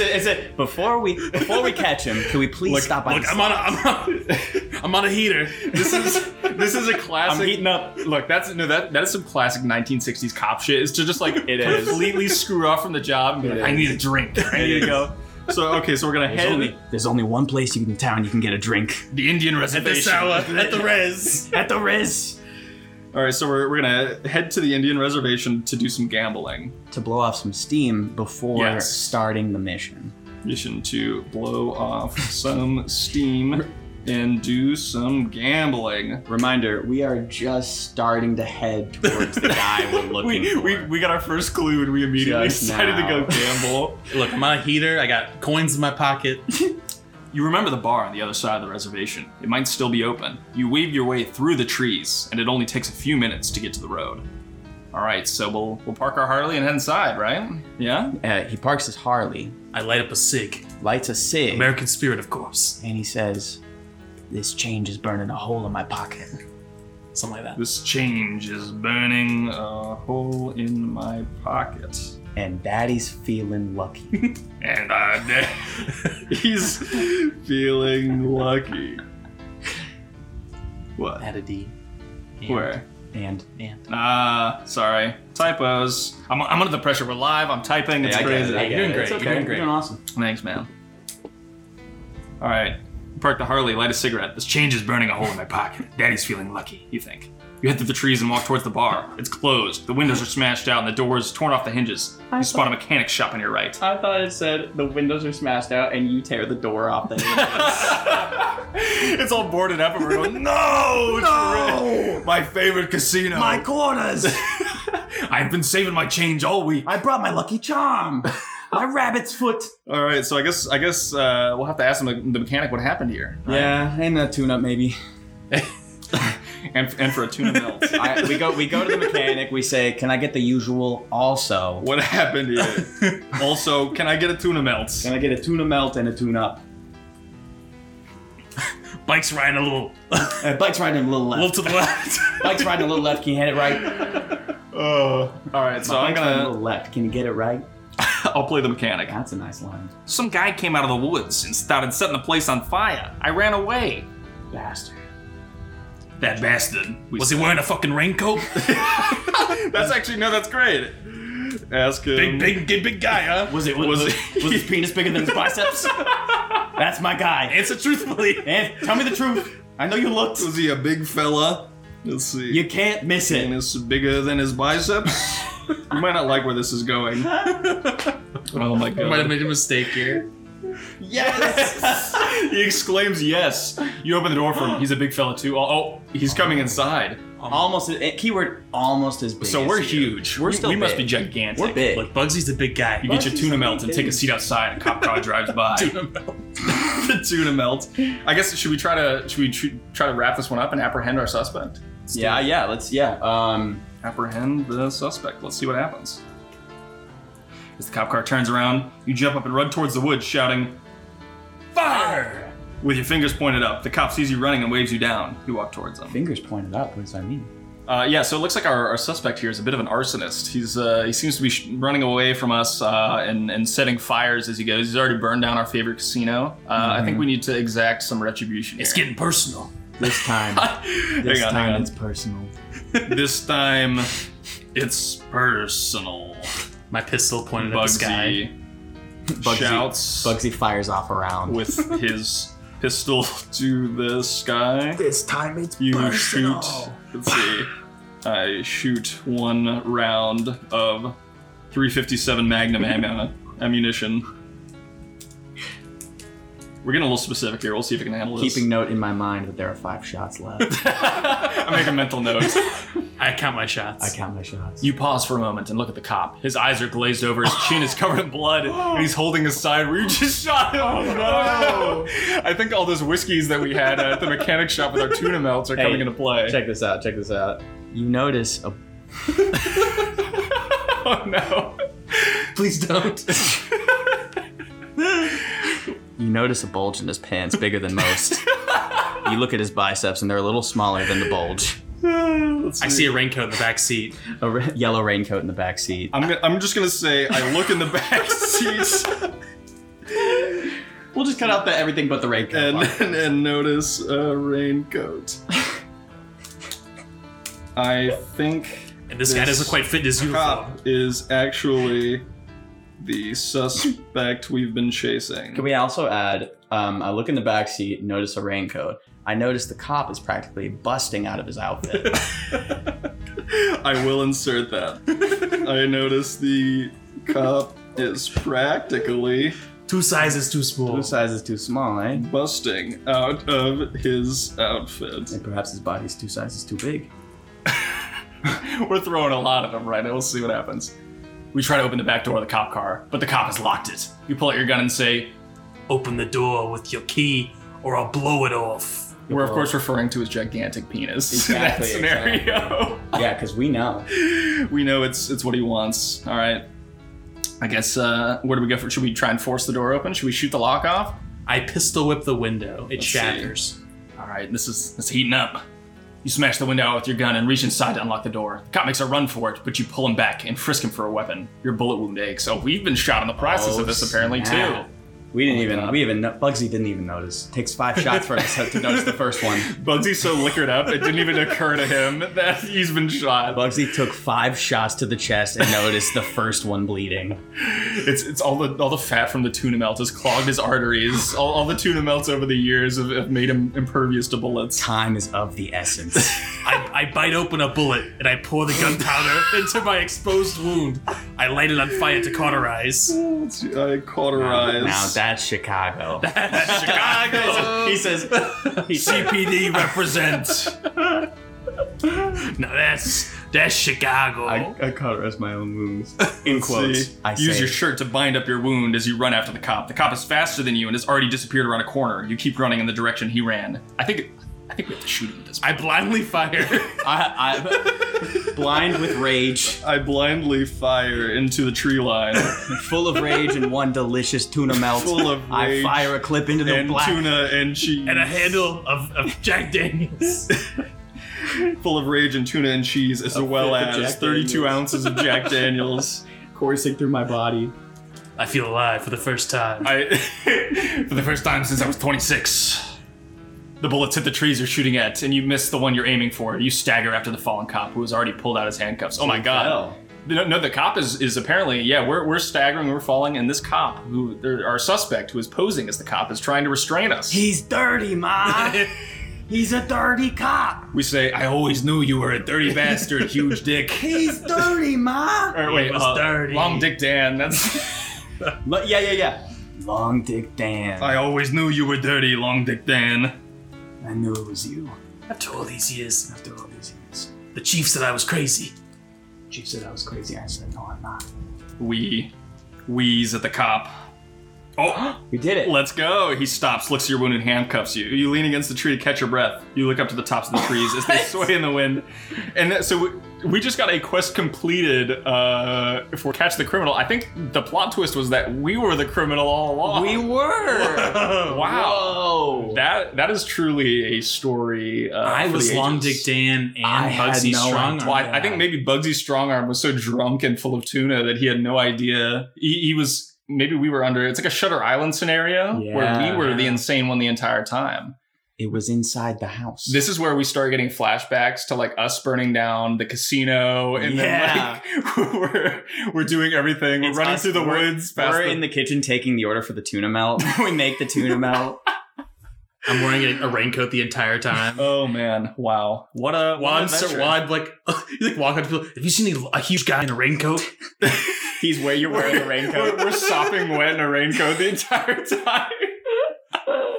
A: it? Is it? Before we before we catch him, can we please stop by?
C: Look,
A: the
C: I'm
A: stop?
C: on a. I'm on, I'm on a heater.
B: this is this is a classic.
A: I'm heating up.
B: Look, that's no that that is some classic 1960s cop shit. Is to just like
A: It is.
B: completely screw off from the job and be
A: It
B: like, I
A: is.
B: need a drink. I need to go. So okay, so we're gonna
A: There's
B: head
A: only, there's only one place you can town you can get a drink
B: the Indian
C: At this
B: reservation.
C: hour, at the res.
A: at the Riz
B: All right, so we're, we're gonna head to the Indian reservation to do some gambling.
A: to blow off some steam before
B: Yes.
A: starting the mission.
B: Mission to blow off some steam and do some gambling.
A: Reminder: We are just starting to head towards the guy we're looking
B: We,
A: for.
B: we, we got our first clue and we immediately
A: Just
B: decided
A: now.
B: to go gamble.
C: Look, I'm on a heater. I got coins in my pocket.
B: You remember the bar on the other side of the reservation. It might still be open. You weave your way through the trees, and it only takes a few minutes to get to the road. All right, so we'll we'll park our Harley and head inside, right? Yeah.
A: Uh, he parks his Harley,
C: I light up a cig.
A: lights a cig,
C: American spirit, of course.
A: and he says, "This change is burning a hole in my pocket."
C: Something like that.
B: This change is burning a hole in my pocket,
A: And Daddy's feeling lucky.
B: and I he's feeling lucky. What?
C: Add a D. And-
B: Where?
A: And
C: And.
B: Ah, sorry, typos. I'm, I'm under the pressure. We're live. I'm typing. It's
A: I get it,
B: crazy.
A: I get
C: You're doing
A: it.
C: great,
A: It's
C: you're
A: okay.
C: doing great.
A: You're doing awesome.
B: Thanks, man. All right. Park the Harley, light a cigarette. This change is burning a hole in my pocket. Daddy's feeling lucky, you think. You head through the trees and walk towards the bar. It's closed. The windows are smashed out and the door is torn off the hinges. You spot a mechanic shop on your right.
D: I thought it said the windows are smashed out and you tear the door off the
B: it's all boarded up and we're going, No! No! My favorite casino.
A: corners.
B: I've been saving my change all week.
A: I brought my lucky charm. My rabbit's foot.
B: All right, so I guess I guess uh, we'll have to ask him, the mechanic what happened here.
A: Yeah, and a tune-up maybe.
B: And, and for a tuna melt.
A: I, we go we go to the mechanic. We say, "Can I get the usual?" Also,
B: What happened here? also, can I get a tuna melt?
A: can I get a tuna melt and a tune up?
C: Bike's riding a little, a
A: Uh, Bike's riding a little
C: little
A: left.
C: to the left.
A: Bike's riding a little left. Can you hit it right?
B: Oh. All right, so I'm
A: Bike's riding a
B: gonna.
A: little left. Can you get it right?
B: I'll play the mechanic.
A: That's a nice line,
B: Some guy came out of the woods and started setting the place on fire. I ran away.
A: bastard.
B: That bastard. We
C: Was he wearing a fucking raincoat?
B: that's actually no. That's great. Ask him.
C: big, big, big, big guy, huh?
A: Was it was,
B: Was
A: was,
B: it-
A: his penis bigger than his biceps? That's my guy.
C: Answer truthfully.
A: And tell me the truth. I know you looked.
B: Was he a big fella? Let's see.
A: You can't miss it.
B: penis bigger than his biceps. you might not like where this is going. oh my
C: I might have made a mistake here.
A: Yes.
B: he exclaims yes. You open the door for him. He's a big fella too. Oh, oh he's coming inside.
A: almost. eh, Keyword almost as big.
B: So
A: as
B: we're
A: you.
B: huge.
A: We're still
B: we must be
A: big.
B: gigantic.
A: We're big.
C: Look, Bugsy's a big guy.
B: You get your tuna melt and take a seat outside. A cop car drives by. the tuna melt. I guess should we try to should we tr- try to wrap this one up and apprehend our suspect?
A: Yeah, yeah. Let's yeah. Um,
B: Apprehend the suspect. Let's see what happens. As the cop car turns around, you jump up and run towards the woods, shouting, "Fire!" With your fingers pointed up, the cop sees you running and waves you down. You walk towards him.
A: fingers pointed up. What does that mean?
B: Uh, yeah, so it looks like our, our suspect here is a bit of an arsonist. He's uh, he seems to be sh- running away from us uh, and and setting fires as he goes. He's already burned down our favorite casino. Uh, I think we need to exact some retribution.
C: It's
B: here.
C: getting personal.
A: This time,
B: Hang
A: this
B: on, hang
A: time
B: on.
A: it's personal.
B: this time it's personal.
C: My pistol pointed at the sky.
B: Bugsy,
A: Bugsy,
B: shouts
A: Bugsy fires off around.
B: with his pistol to the sky.
A: this time it's
B: You shoot. Let's see. I shoot one round of 357 Magnum ammo- ammunition. We're getting a little specific here. We'll see if I can handle this.
A: Keeping note in my mind that there are five shots left.
B: I make a mental note.
C: I count my shots.
A: I count my shots.
B: You pause for a moment and look at the cop. His eyes are glazed over, his chin is covered in blood, and he's holding his side where you just shot him. Oh
A: no.
B: I think all those whiskeys that we had at the mechanic shop with our tuna melts are
A: Hey,
B: coming into play.
A: Check this out. Check this out. You notice a.
B: Oh no.
C: Please don't.
A: You notice a bulge in his pants, bigger than most. you look at his biceps, and they're a little smaller than the bulge.
C: I see a raincoat in the back seat.
A: A re- yellow raincoat in the back seat.
B: I'm, gonna, I'm just gonna say I look in the back seat
A: We'll just cut out the everything but the raincoat.
B: and,
A: part.
B: and and notice a raincoat. I think
C: And this, guy
B: This
C: doesn't quite fit in his uniform.
B: cop is actually the suspect we've been chasing.
A: Can we also add? Um, I look in the back seat, notice a raincoat. I notice the cop is practically busting out of his outfit.
B: I will insert that. I notice the cop is practically
C: Two sizes too small.
A: Two sizes too small, eh?
B: busting out of his outfit.
A: And perhaps his body's two sizes too big.
B: We're throwing a lot at him right now. We'll see what happens. We try to open the back door of the cop car, but the cop has locked it. You pull out your gun and say,
C: Open the door with your key, or I'll blow it off.
B: We're of course referring to his gigantic penis
A: Exactly,
B: in that scenario.
A: Yeah, because we know.
B: we know it's it's what he wants. All right. I guess uh, where do we go for? Should we try and force the door open? Should we shoot the lock off?
C: I pistol whip the window. It
B: Let's
C: shatters.
B: All right, this is it's heating up. You smash the window out with your gun and reach inside to unlock the door. The cop makes a run for it, but you pull him back and frisk him for a weapon. Your bullet wound aches. So we've been shot in the process
A: Oh,
B: of this apparently
A: snap.
B: too.
A: We didn't
B: Oh my
A: even.
B: God.
A: We even. No- Bugsy didn't even notice. Takes five shots for us to notice the first one.
B: Bugsy's so liquored up, it didn't even occur to him that he's been shot.
A: Bugsy took five shots to the chest and noticed the first one bleeding.
B: It's it's all the all the fat from the tuna melt has clogged his arteries. All, all the tuna melts over the years have, have made him impervious to bullets.
A: Time is of the essence.
C: I, I bite open a bullet and I pour the gunpowder into my exposed wound. I light it on fire to cauterize.
B: I cauterize.
A: now that's Chicago.
B: Chicago.
A: he says. He says
C: CPD represents. now that's that's Chicago.
A: I cauterize my own wounds. In
B: See, use your shirt to bind up your wound as you run after the cop. The cop is faster than you and has already disappeared around a corner. You keep running in the direction he ran. I think I think we have to shoot him at this.
C: I blindly fire.
A: I, I'm blind with rage,
B: I blindly fire into the tree line,
A: full of rage, and one delicious tuna melt.
B: Full of
A: I
B: rage
A: fire a clip into the black.
B: and cheese,
C: and a handle of, of Jack Daniels.
B: full of rage and tuna and cheese, as well
A: fifth of Jack Daniels.
B: ounces of Jack Daniels.
A: coursing through my body.
C: I feel alive for the first time.
B: I, for the first time since I was 26, the bullets hit the trees you're shooting at, and you miss the one you're aiming for. You stagger after the fallen cop, who has already pulled out his handcuffs. Oh my god! No, no, the cop is is apparently yeah. We're we're staggering, we're falling, and this cop, who there- our suspect, who is posing as the cop, is trying to restrain us.
A: He's dirty, ma. He's a dirty cop.
B: We say, "I always knew you were a dirty bastard, huge dick."
A: He's dirty, ma.
B: Or wait,
C: He was
B: uh,
C: dirty.
B: Long Dick Dan. That's.
A: But yeah, yeah, yeah. Long Dick Dan.
B: I always knew you were dirty, Long Dick Dan.
A: I knew it was you
C: After all these years,
A: after all these years.
C: the chief said I was crazy.
A: Chief said I was crazy. I said, no, I'm not.
B: We wheeze at the cop. Oh.
A: We did it.
B: Let's go. He stops, looks at your wound, and handcuffs you. You lean against the tree to catch your breath. You look up to the tops of the trees as they sway in the wind. And that- so, we, we just got a quest completed uh, for Catch the Criminal. I think the plot twist was that we were the criminal all along.
A: We were.
B: Wow. That that is truly a story. Uh,
C: I
B: for
C: was
B: the
C: Long Dick
B: ages.
C: Dan and
A: I had
C: Bugsy
A: no
C: Strong.
A: idea.
B: Well, I, I think maybe Bugsy Strongarm was so drunk and full of tuna that he had no idea. He, he was maybe we were under. It's like a Shutter Island scenario where
A: Yeah.
B: we were the insane one the entire time.
A: It was inside the house.
B: This is where we start getting flashbacks to like us burning down the casino, and
A: Yeah.
B: then like we're we're doing everything. We're
A: It's
B: running
A: us.
B: through the
A: We're-
B: woods. Past
A: we're in the kitchen taking the order for the tuna melt. we make the tuna melt.
C: I'm wearing a, a raincoat the entire time.
B: Oh man! Wow! What a
C: While I'm,
B: what
C: so,
B: so,
C: while I'm like, you like walk up to people. Have you seen a, a huge guy in a raincoat?
A: He's where you're
B: wearing a raincoat. we're, we're sopping wet in a raincoat the entire time.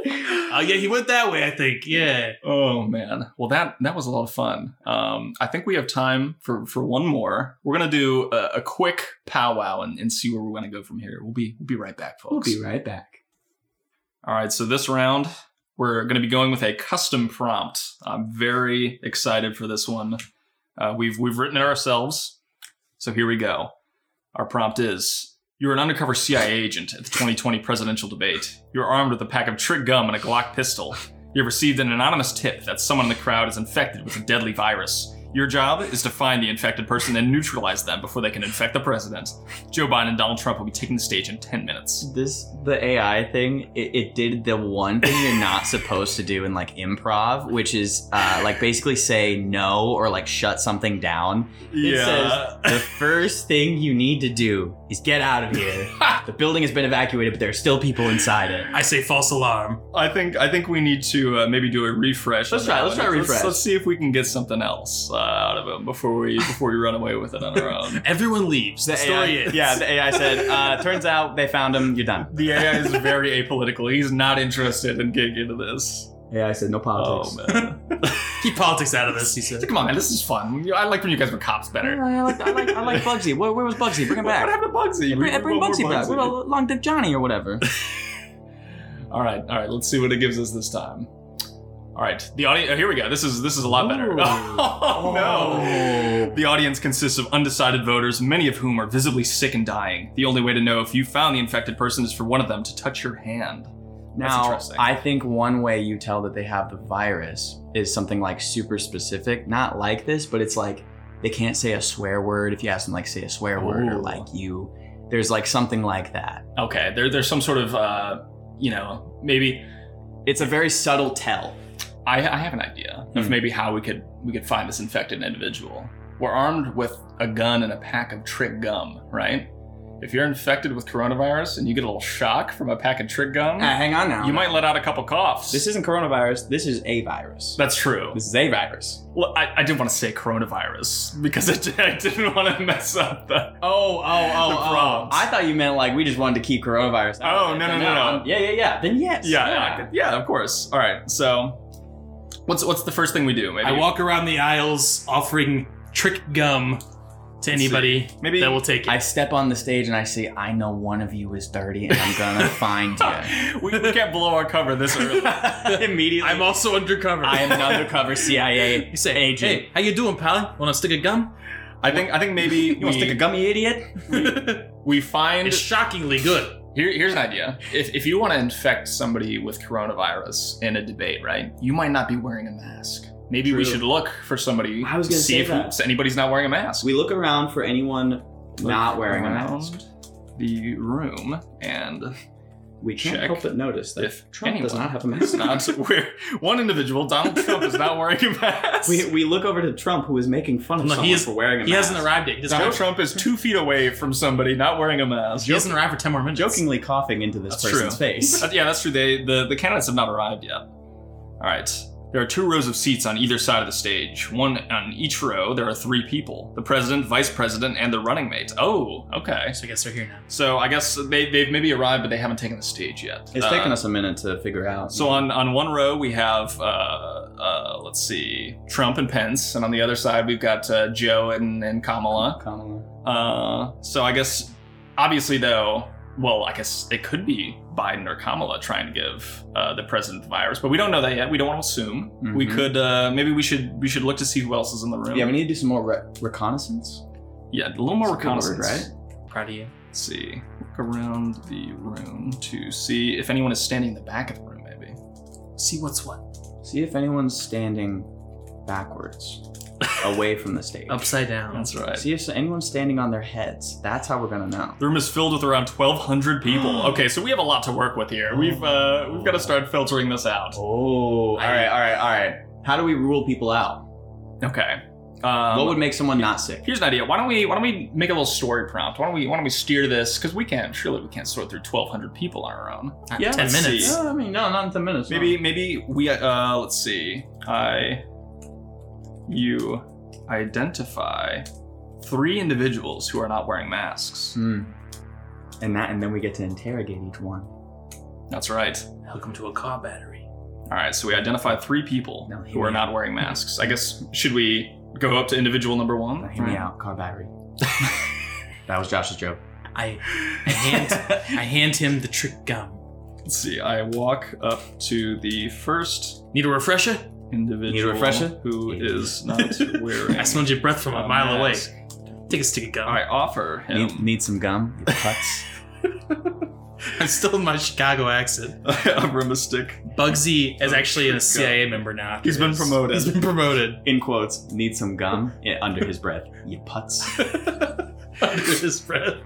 C: Oh yeah, he went that way. I think. Yeah.
B: Oh man. Well that that was a lot of fun. Um I think we have time for for one more. We're going to do a, a quick powwow and, and see where we're going to go from here. We'll be we'll be right back
A: We'll
B: folks.
A: be right back.
B: All right, so this round we're going to be going with a custom prompt. I'm very excited for this one. Uh, we've we've written it ourselves, so here we go. Our prompt is: You're an undercover CIA agent at the 2020 presidential debate. You're armed with a pack of trick gum and a Glock pistol. You've received an anonymous tip that someone in the crowd is infected with a deadly virus. Your job is to find the infected person and neutralize them before they can infect the president. Joe Biden and Donald Trump will be taking the stage in 10 minutes.
A: This the AI thing. It, it did the one thing you're not supposed to do in like improv, which is uh, like basically say no or like shut something down. Yeah. The first thing you need to do is get out of here. the building has been evacuated, but there are still people inside it.
C: I say false alarm.
B: I think I think we need to uh, maybe do a refresh.
A: Let's
B: on
A: try-
B: that
A: let's
B: one.
A: try a refresh.
B: Let's, see if we can get something else uh, out of it before we before we run away with it on our own.
C: Everyone leaves. The, story
A: AI,
C: is
A: Yeah, the AI said. Uh, turns out they found him. You're done.
B: The AI is very apolitical. He's not interested in getting into this.
A: AI said no politics.
B: Oh man!
C: keep politics out of this. He said.
B: Come on, this is fun. I liked when you guys were cops better.
A: I, like, I, like, I like Bugsy. Where, where was Bugsy? Bring him
B: What
A: back.
B: happened to Bugsy?
A: Bring, bring
B: What- what-
A: Bugsy back.
B: Bugsy?
A: What about Long Dick Johnny or whatever?
B: All right, all right. Let's see what it gives us this time. All right, the audience. here we go. This is this is a lot better.
A: Ooh.
B: Oh,
A: Oh.
B: no! The audience consists of undecided voters, many of whom are visibly sick and dying. The only way to know if you found the infected person is for one of them to touch your hand. That's
A: Now,
B: interesting.
A: I think one way you tell that they have the virus is something like super specific, not like this, but it's like they can't say a swear word if you ask them like say a swear word or
B: Ooh.
A: like you. There's like something like that.
B: Okay, there, there's some sort of, uh, you know, maybe
A: It's a very subtle tell.
B: I, I have an idea of
A: Hmm.
B: maybe how we could we could find this infected individual. We're armed with a gun and a pack of trick gum, right? If you're infected with coronavirus and you get a little shock from a pack of trick gum,
A: Ah, hang on now.
B: you might let out a couple coughs.
A: This isn't coronavirus. This is a virus.
B: that's true.
A: This is a virus.
B: Well, I, I didn't want to say coronavirus because I, did, I didn't want to mess up the.
A: Oh, oh, oh,
B: The
A: oh!
B: prompts.
A: I thought you meant like we just wanted to keep coronavirus. out.
B: Oh, no, no,
A: But
B: no, no.
A: Yeah, yeah, yeah. Then yes.
B: Yeah, yeah, yeah, of course. All right, so what's what's the first thing we do? Maybe
C: I walk around the aisles offering trick gum to anybody
B: Maybe
C: that will take it.
A: I step on the stage and I say, I know one of you is dirty, and I'm gonna find you.
B: we, we can't blow our cover this early.
A: Immediately,
C: I'm also undercover.
A: I am an undercover CIA
C: You say,
A: agent.
C: hey, how you doing, pal? Want to stick a gum?
B: I think I think maybe
A: you want to
B: we-
A: stick a gummy idiot?
B: we find
C: It's shockingly good.
B: Here, here's an idea. If, if you want to infect somebody with coronavirus in a debate, right, you might not be wearing a mask. Maybe we
A: True.
B: should look for somebody.
A: I was gonna
B: to see
A: say
B: if
A: that.
B: who- anybody's not wearing a mask.
A: So we look around for anyone
B: Look
A: not wearing a
B: around
A: mask.
B: The room and
A: We can't
B: Check
A: help but notice that
B: if
A: Trump
B: anyone
A: does not have a mask.
B: not wear one individual, Donald Trump is not wearing a mask.
A: we, we look over to Trump, who is making fun of
C: No, he
A: someone
C: is-
A: for wearing a
C: He
A: mask.
C: hasn't arrived yet. He doesn't
B: Donald
C: arrive.
B: Trump is two feet away from somebody not wearing a mask.
C: He doesn't arrive for ten more minutes.
A: jokingly coughing into this
B: That's
A: person's
B: true.
A: face.
B: Uh, yeah, that's true. They the, the candidates have not arrived yet. All right. There are two rows of seats on either side of the stage. One on each row, there are three people the president, vice president, and the running mate. Oh, okay.
C: So I guess they're here now.
B: So I guess they, they've maybe arrived, but they haven't taken the stage yet.
A: It's
B: Uh,
A: taken us a minute to figure out.
B: So on, on one row, we have, uh, uh, let's see, Trump and Pence. And on the other side, we've got uh, Joe and, and Kamala.
A: Kamala.
B: Uh, so I guess, obviously, though, well, I guess it could be Biden or Kamala trying to give uh, the president the virus, but we don't know that yet. We don't want to assume. We
A: Mhm.
B: could uh, maybe we should we should look to see who else is in the room.
A: Yeah, we need to do some more re- reconnaissance.
B: Yeah, a little more
A: It's a good word,
B: reconnaissance,
A: right?
C: Proud of you.
B: Let's see. Look around the room to see if anyone is standing in the back of the room, maybe.
C: See what's what.
A: See if anyone's standing backwards, away from the stage.
C: Upside down.
B: That's right.
A: See if anyone's standing on their heads. That's how we're gonna know.
B: The room is filled with around 1,200 people. Okay, so we have a lot to work with here. We've uh, we've got to start filtering this out.
A: Oh, all right, all right, all right. How do we rule people out?
B: Okay. Um,
A: what would make someone not sick?
B: Here's an idea. Why don't we why don't we make a little story prompt? Why don't we why don't we steer this? Because we can't surely we can't sort through 1,200 people on our own.
A: Yeah,
C: Ten
B: let's
C: minutes.
B: see.
A: Yeah, I mean, no, not in ten minutes. no.
B: Maybe maybe we uh let's see. I you identify three individuals who are not wearing masks.
A: Hmm. And that, and then we get to interrogate each one.
B: That's right.
C: Welcome to a car battery.
B: All right, so we identify three people
A: No, hear
B: who are
A: me Hmm.
B: not wearing masks. I guess should we go up to individual number one?
A: Now, hear me out, car battery. that was Josh's joke.
C: I, I hand, I hand him the trick gum.
B: Let's see. I walk up to the first
C: Need a refresher?
B: individual
A: Need a refresher?
B: who
A: Yeah.
B: is not wearing.
C: I smelled your breath from a
B: a
C: mile away.
B: mask.
C: Take a stick of gum.
B: I offer him.
A: Need, need some gum? Need putts?
C: I'm still in my Chicago accent.
B: I offer him a stick.
C: Bugsy is actually a
B: Trick gum.
C: CIA member now.
B: Oh,
C: after
B: He's been
C: this.
B: promoted.
C: He's been promoted.
A: In quotes, need some gum? Yeah, under his breath. You putts.
C: Under his breath.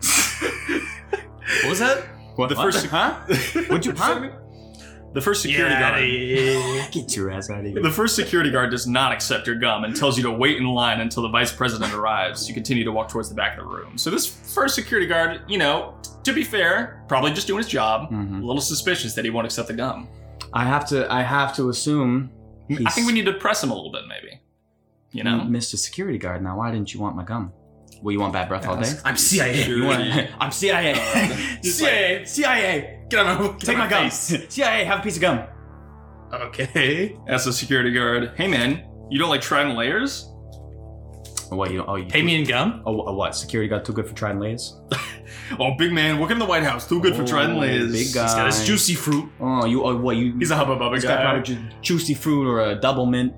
C: what was that?
A: What
B: The first-
A: Huh? Would you huh?
B: The first security guard.
C: yeah.
A: Get your ass out of here.
B: The first security guard does not accept your gum and tells you to wait in line until the vice president arrives. You continue to walk towards the back of the room. So this first security guard, you know, to be fair, probably just doing his job.
A: Mhm.
B: A little suspicious that he won't accept the gum.
A: I have to. I have to assume.
B: I think we need to press him a little bit, maybe. You know,
A: Mr. Security Guard. Now, why didn't you want my gum? Well, you want bad breath all day.
B: Ask
C: I'm CIA.
A: You want,
B: security-
A: I'm CIA.
C: Just
A: CIA. CIA.
C: Get out of my,
A: Take my, gum. CIA. Have a piece of gum.
C: gum. Okay.
B: Ask the security guard, "Hey man, you don't like trying layers?"
A: What you? Oh, you.
C: Pay me in gum?
A: Oh, wh- what? Security Guard too good for trying lays.
B: Oh, big man, working in the White House, too good for trying
A: Oh,
B: layers.
A: big guy.
C: He's got his
A: Nice.
C: juicy fruit.
A: Oh, you. Oh, what you?
B: He's a hubba bubba
A: this guy
B: guy.
A: probably ju- juicy fruit or a double mint.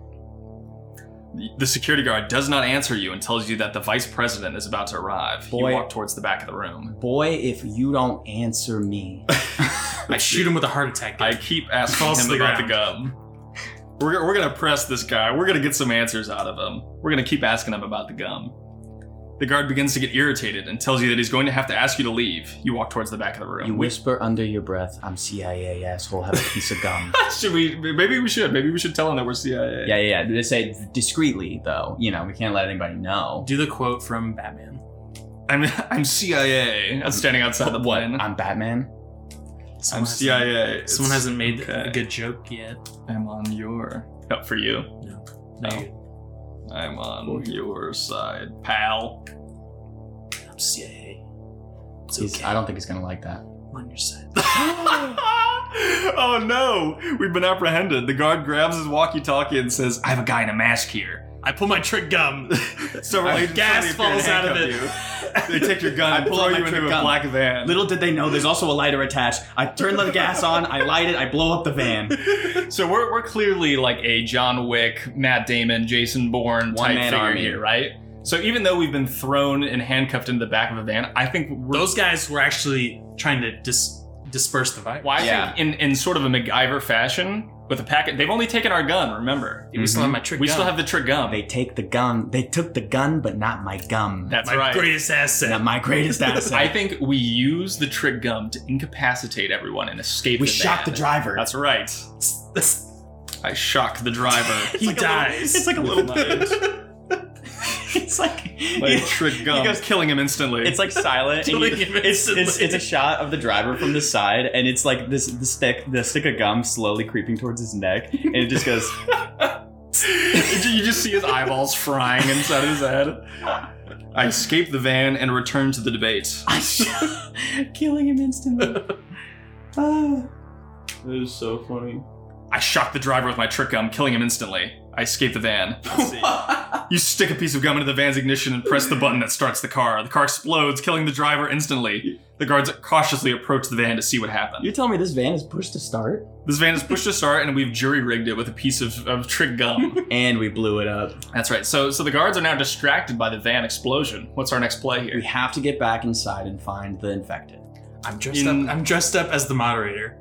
B: The security guard does not answer you and tells you that the vice president is about to arrive.
A: Boy.
B: You walk towards the back of the room.
A: Boy, if you don't answer me,
C: I shoot him with a heart attack.
B: I keep asking
C: Falls
B: him
C: to the
B: about the
C: ground.
B: gum. We're, we're gonna press this guy. We're gonna get some answers out of him. We're gonna keep asking him about the gum. The guard begins to get irritated and tells you that he's going to have to ask you to leave. You walk towards the back of the room.
A: you
B: We-
A: whisper under your breath, "I'm CIA asshole. Have a piece of gum."
B: should we? Maybe we should. Maybe we should tell him that we're CIA.
A: yeah, yeah, yeah. They say discreetly though. You know, we can't let anybody know.
C: Do the quote from Batman.
B: I'm I'm CIA. I'm standing outside the
A: What?
B: plane.
A: I'm Batman.
B: I'm
C: Someone hasn't-
B: CIA. It's-
C: Someone hasn't made
B: okay.
C: a good joke yet.
B: I'm on your. Up for you.
C: No.
B: I'm on your side, pal.
C: I'm CIA. It's
A: He's-
C: okay.
A: I don't think he's gonna like that.
C: I'm on your side.
B: oh no, we've been apprehended. The guard grabs his walkie-talkie and says, "I have a guy in a mask here."
C: I pull my trick gum.
B: Several agents
C: Gas
B: suddenly appear
C: falls out
B: and
C: of it.
B: handcuff You. They take your gun
A: I
B: and
A: pull
B: throw
A: out my
B: you into
A: trick
B: a
A: gun.
B: black van.
A: Little did they know, there's also a lighter attached. I turn the gas on, I light it, I blow up the van.
B: so we're, we're clearly like a John Wick, Matt Damon, Jason Bourne type
A: One-man
B: figure
A: army.
B: here, right? So even though we've been thrown and handcuffed into the back of a van, I think we're,
C: Those guys were actually trying to dis- disperse the virus.
B: Why? I
A: Yeah.
B: think in in sort of a MacGyver fashion with a packet. They've only taken our gun. Remember,
C: Dude, We still have my trick
B: we
C: gum.
B: still have the trick gum.
A: They take the gun. They took the gun, but not my gum.
B: That's
C: my
B: right.
C: greatest asset.
A: Not my greatest
B: I
A: asset.
B: think we use the trick gum to incapacitate everyone and escape.
A: we
B: the
A: shocked the
B: van.
A: driver.
B: That's right. I shock the driver.
C: he dies.
A: it's like a
B: With
A: little.
B: my,
A: It's like.
B: my
A: yeah,
B: trick gum.
A: He goes-
B: killing him instantly.
A: It's like silent. and
C: Totally
A: you-
C: give it
A: it's, it's, it's
C: instantly.
A: a shot of the driver from the side, and it's like this the stick the stick of gum slowly creeping towards his neck, and it just goes.
B: you just see his eyeballs frying inside his head. I escape the van and return to the debate.
A: killing him instantly. Ah. Oh.
D: That is so funny.
B: I shock the driver with my trick gum, killing him instantly. I I escape the van. you stick a piece of gum into the van's ignition and press the button that starts the car. The car explodes, killing the driver instantly. The guards cautiously approach the van to see what happened.
A: You're telling me this van is pushed to start?
B: This van is pushed to start, and we've jury rigged it with a piece of, of trick gum.
A: And we blew it up.
B: That's right. So, so the guards are now distracted by the van explosion. What's our next play
A: We
B: here?
A: have to get back inside and find the infected.
C: I'm dressed
B: In-
C: up. I'm dressed up as the moderator.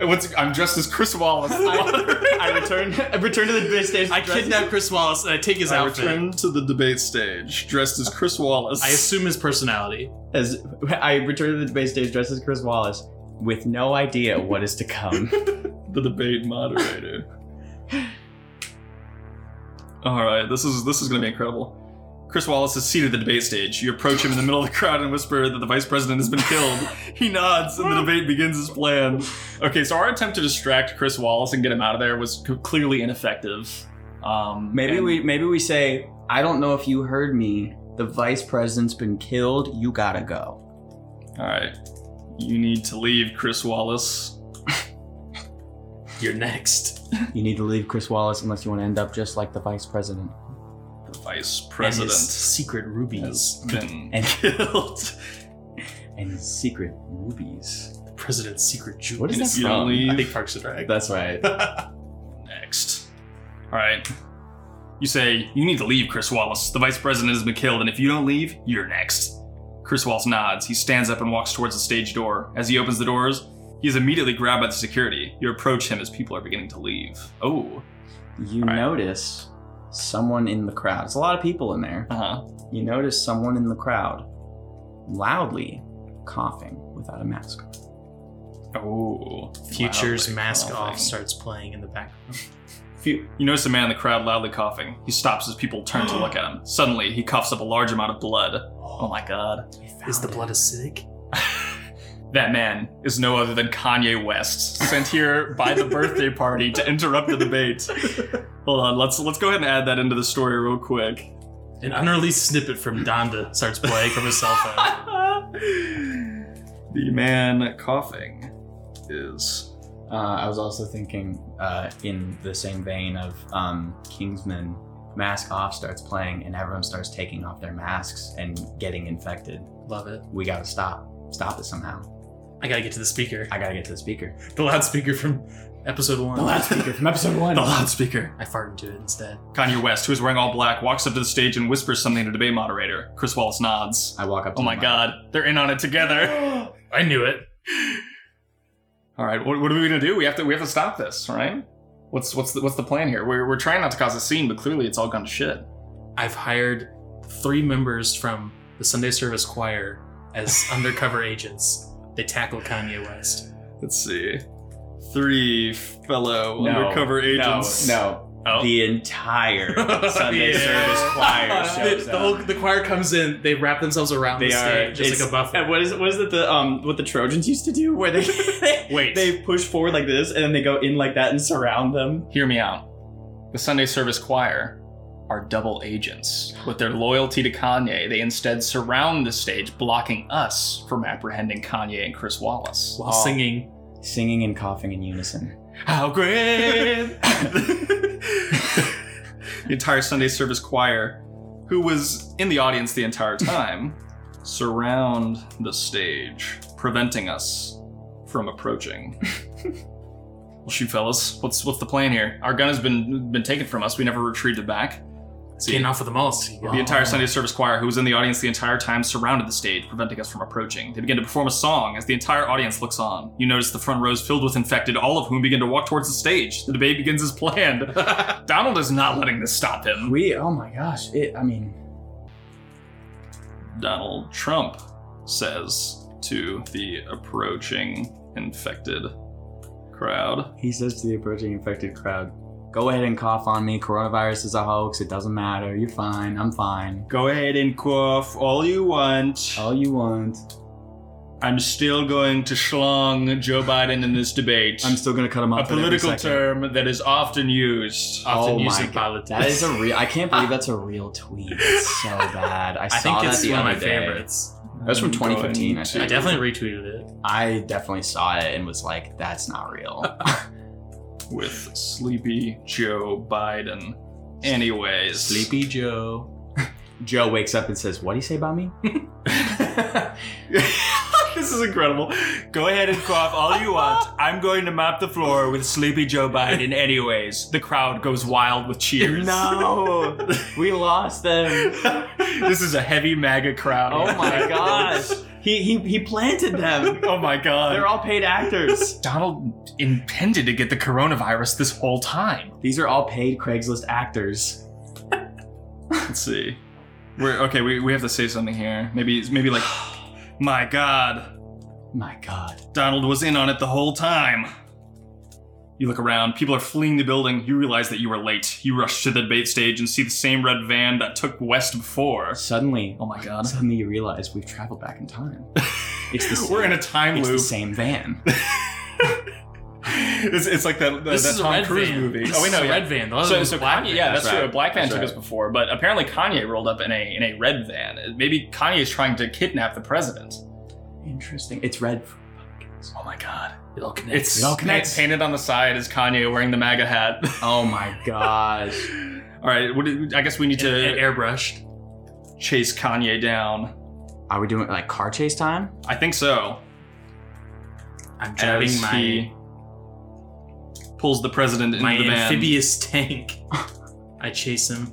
B: What's, I'm dressed as Chris Wallace.
A: I return I return to the base station.
C: I kidnap Chris Wallace and I take his
B: I
C: outfit.
B: return to the debate stage dressed as Chris Wallace.
C: I assume his personality.
A: as I return to the base stage dressed as Chris Wallace with no idea what is to come.
B: the debate moderator. All right, this is this is going to be incredible. Chris Wallace is seated at the debate stage. You approach him in the middle of the crowd and whisper that the vice president has been killed. he nods, and the debate begins as planned. Okay, so our attempt to distract Chris Wallace and get him out of there was c- clearly ineffective. Um,
A: maybe
B: and-
A: we maybe we say, I don't know if you heard me. The vice president's been killed. You gotta go.
B: All right, you need to leave, Chris Wallace.
C: You're next.
A: You need to leave Chris Wallace unless you want to end up just like the vice president.
B: The vice
C: And his
B: president
C: secret
B: has
C: rubies.
B: been
A: And-
B: killed.
A: And his secret rubies.
C: The president's secret jewels.
A: What is
B: And
A: that
B: if you
A: from?
B: don't leave,
C: I think Parks and Rec.
A: That's right.
B: next. All right. You say, You need to leave, Chris Wallace. The vice president has been killed, and if you don't leave, you're next. Chris Wallace nods. He stands up and walks towards the stage door. As he opens the doors, he is immediately grabbed by the security. You approach him as people are beginning to leave. Oh.
A: You
B: All right.
A: notice someone in the crowd. There's a lot of people in there.
B: Uh huh.
A: You notice someone in the crowd loudly coughing without a mask. on.
B: Oh.
C: Future's
B: Loudly
C: mask
B: coughing.
C: off starts playing in the background.
B: You you notice a man in the crowd loudly coughing. He stops as people turn to look at him. Suddenly, he coughs up a large amount of blood. Oh my god.
C: Is the blood acidic?
B: That man is no other than Kanye West, sent here by the birthday party to interrupt the debate. Hold on, let's let's go ahead and add that into the story real quick.
C: An unreleased snippet from Donda starts playing from his cell phone.
B: the man coughing is
A: Uh, I was also thinking, uh, in the same vein of um, Kingsman, Mask Off starts playing and everyone starts taking off their masks and getting infected.
C: Love it.
A: We gotta stop. Stop it somehow.
C: I gotta get to the speaker.
A: I gotta get to the speaker.
C: The loudspeaker from episode one.
A: from episode one.
B: the loudspeaker.
C: I fart into it instead.
B: Kanye West, who is wearing all black, walks up to the stage and whispers something to the debate moderator. Chris Wallace nods.
A: I walk up. To
B: Oh my
A: the mic.
B: god, they're in on it together.
C: I knew it.
B: All right, what, what are we gonna do? We have to we have to stop this, right? What's what's the, what's the plan here? We're, we're trying not to cause a scene, but clearly it's all gone to shit.
C: I've hired three members from the Sunday Service Choir as undercover agents. They tackle Kanye West.
B: Let's see. Three fellow
A: No,
B: undercover agents.
A: No, no.
B: Oh.
A: The entire Sunday
C: Yeah.
A: Service Choir shows
C: the, the,
A: up.
C: whole, the choir comes in. They wrap themselves around
A: They
C: the
A: are
C: stage, just
A: it's-
C: like a buffet.
A: uh, What is what is it the um what the Trojans used to do where they they,
B: Wait.
A: they push forward like this and then they go in like that and surround them.
B: Hear me out. The Sunday service choir are double agents. With their loyalty to Kanye, they instead surround the stage, blocking us from apprehending Kanye and Chris Wallace.
C: while singing.
A: Singing and coughing in unison.
B: How great! the entire Sunday service choir, who was in the audience the entire time, surround the stage, preventing us from approaching. well, shoot, fellas, what's what's the plan here? Our gun has been been taken from us. We never retrieved it back. See,
C: Getting off with the malls.
B: the
A: Oh.
B: entire Sunday service choir, who was in the audience the entire time, surrounded the stage, preventing us from approaching. They begin to perform a song as the entire audience looks on. You notice the front rows filled with infected, all of whom begin to walk towards the stage. The debate begins as planned. Donald is not letting this stop him.
A: We oh my gosh. It I mean
B: Donald Trump says to the approaching infected crowd.
A: he says to the approaching infected crowd, Go ahead and cough on me. Coronavirus is a hoax, it doesn't matter, you're fine, I'm fine.
B: Go ahead and cough all you want.
A: All you want.
B: I'm still going to schlong Joe Biden in this debate.
A: I'm still gonna cut him
B: a
A: off. at every
B: political
A: second.
B: term that is often used.
C: Often
A: Oh
C: used
A: my
C: in
A: God,
C: politics.
A: That is a real I can't believe that's a real tweet. It's so bad. I,
C: I
A: saw
C: think it's
A: that the
C: one of my
A: other day.
C: favorites.
A: That's from
B: I'm
A: 2015,
B: going
A: I
C: I
A: think.
C: definitely retweeted it.
A: I definitely saw it and was like, that's not real.
B: with Sleepy Joe Biden. Anyways,
A: Sleepy Joe. Joe wakes up and says, What do you say about me?
E: this is incredible. Go ahead and cough all you want. I'm going to mop the floor with Sleepy Joe Biden. Anyways, the crowd goes wild with cheers.
A: no, we lost them.
B: this is a heavy MAGA crowd.
A: Oh my gosh. He, he, he planted them.
B: Oh my god.
A: They're all paid actors.
B: Donald intended to get the coronavirus this whole time.
A: These are all paid Craigslist actors.
B: Let's see. We're okay, we, we have to say something here. Maybe maybe like My god,
A: My God.
B: Donald was in on it the whole time. You look around, people are fleeing the building. You realize that you were late. You rush to the debate stage and see the same red van that took West before.
A: Suddenly,
B: Oh my god.
A: suddenly you realize we've traveled back in time. It's the same,
B: We're in a time
A: it's the
B: loop.
A: same van.
B: It's, it's like that, that,
C: This
B: that
C: is a
B: Tom
C: red
B: Cruise
C: van.
B: movie.
C: This
B: oh, we
C: is
B: know,
C: a
B: yeah.
C: red van. The other
B: So,
C: one's
B: so
C: black
B: Kanye, yeah,
A: That's
B: that's
A: right.
B: true. A black van
A: That's
B: took
A: right.
B: us before, but apparently Kanye rolled up in a in a red van. Maybe Kanye's trying to kidnap the president.
A: Interesting. It's red.
B: Oh my god!
C: It all connects.
B: It's
A: It all connects.
B: pa- painted on the side is Kanye wearing the MAGA hat.
A: Oh my gosh.
B: All right, what do- I guess we need
C: and, and
B: to
C: airbrushed.
B: chase Kanye down.
A: Are we doing like car chase time?
B: I think so.
C: I'm driving
B: As
C: my
B: he pulls the president into
C: my
B: the van.
C: amphibious tank. I chase him.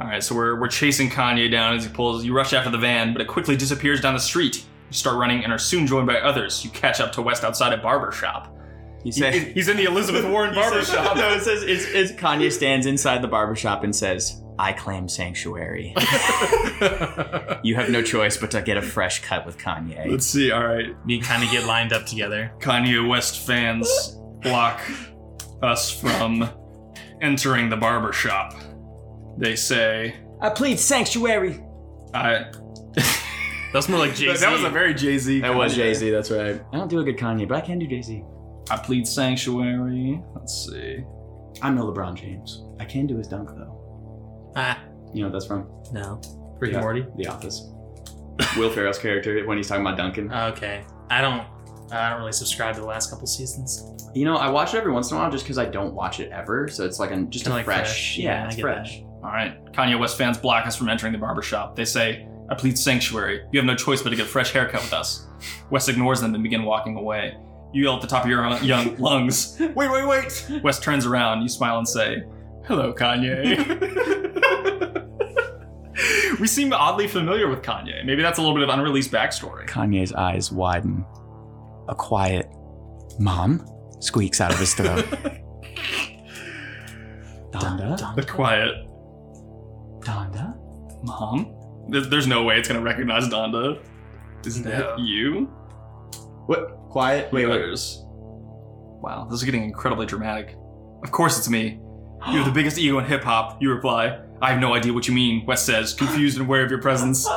B: All right, so we're, we're chasing Kanye down as he pulls. You rush after the van, but it quickly disappears down the street. You start running and are soon joined by others. You catch up to West outside a barber shop.
A: You
B: He-
A: say.
B: he's in the Elizabeth Warren
A: He
B: barber
A: says-
B: shop.
A: No, it says it's, it's Kanye stands inside the barbershop and says, I claim sanctuary. you have no choice but to get a fresh cut with Kanye.
B: Let's see. All right,
C: We kind of get lined up together.
B: Kanye West fans block us from entering the barber shop. They say,
A: I plead Uh, sanctuary.
B: "I."
C: That's more like Jay Z.
B: very Jay Z.
A: That was Jay Z, that's right. I don't do a good Kanye, but I can do Jay Z.
B: I plead sanctuary. Let's see.
A: I'm no LeBron James. I can do his dunk though.
C: ah,
A: You know what that's from?
C: no. Rick
A: Yeah.
C: and Morty.
A: The Office. Will Ferrell's character when he's talking about Duncan.
C: Okay. I don't. I don't really subscribe to the last couple seasons.
A: you know, I watch it every once in a while just because I don't watch it ever, so it's like a, just a
C: Kinda like
A: fresh,
C: fresh.
A: Yeah,
C: Yeah,
A: it's
C: I get
A: fresh.
B: All right. Kanye West fans block us from entering the barber shop. They say, I plead sanctuary. You have no choice but to get a fresh haircut with us. West ignores them and begin walking away. You yell at the top of your own- young lungs. Wait, wait, wait! West turns around. You smile and say, Hello, Kanye. we seem oddly familiar with Kanye. Maybe that's a little bit of unreleased backstory.
A: Kanye's eyes widen. A quiet mom squeaks out of his throat. Donda?
B: The quiet
A: Donda?
B: mom? There- There's no way it's going to recognize Donda. Is that you?
A: What? Quiet? Wait, wait.
B: Others. Wow, this is getting incredibly dramatic. Of course it's me. You have the biggest ego in hip hop, you reply. I have no idea what you mean, West says, confused and aware of your presence.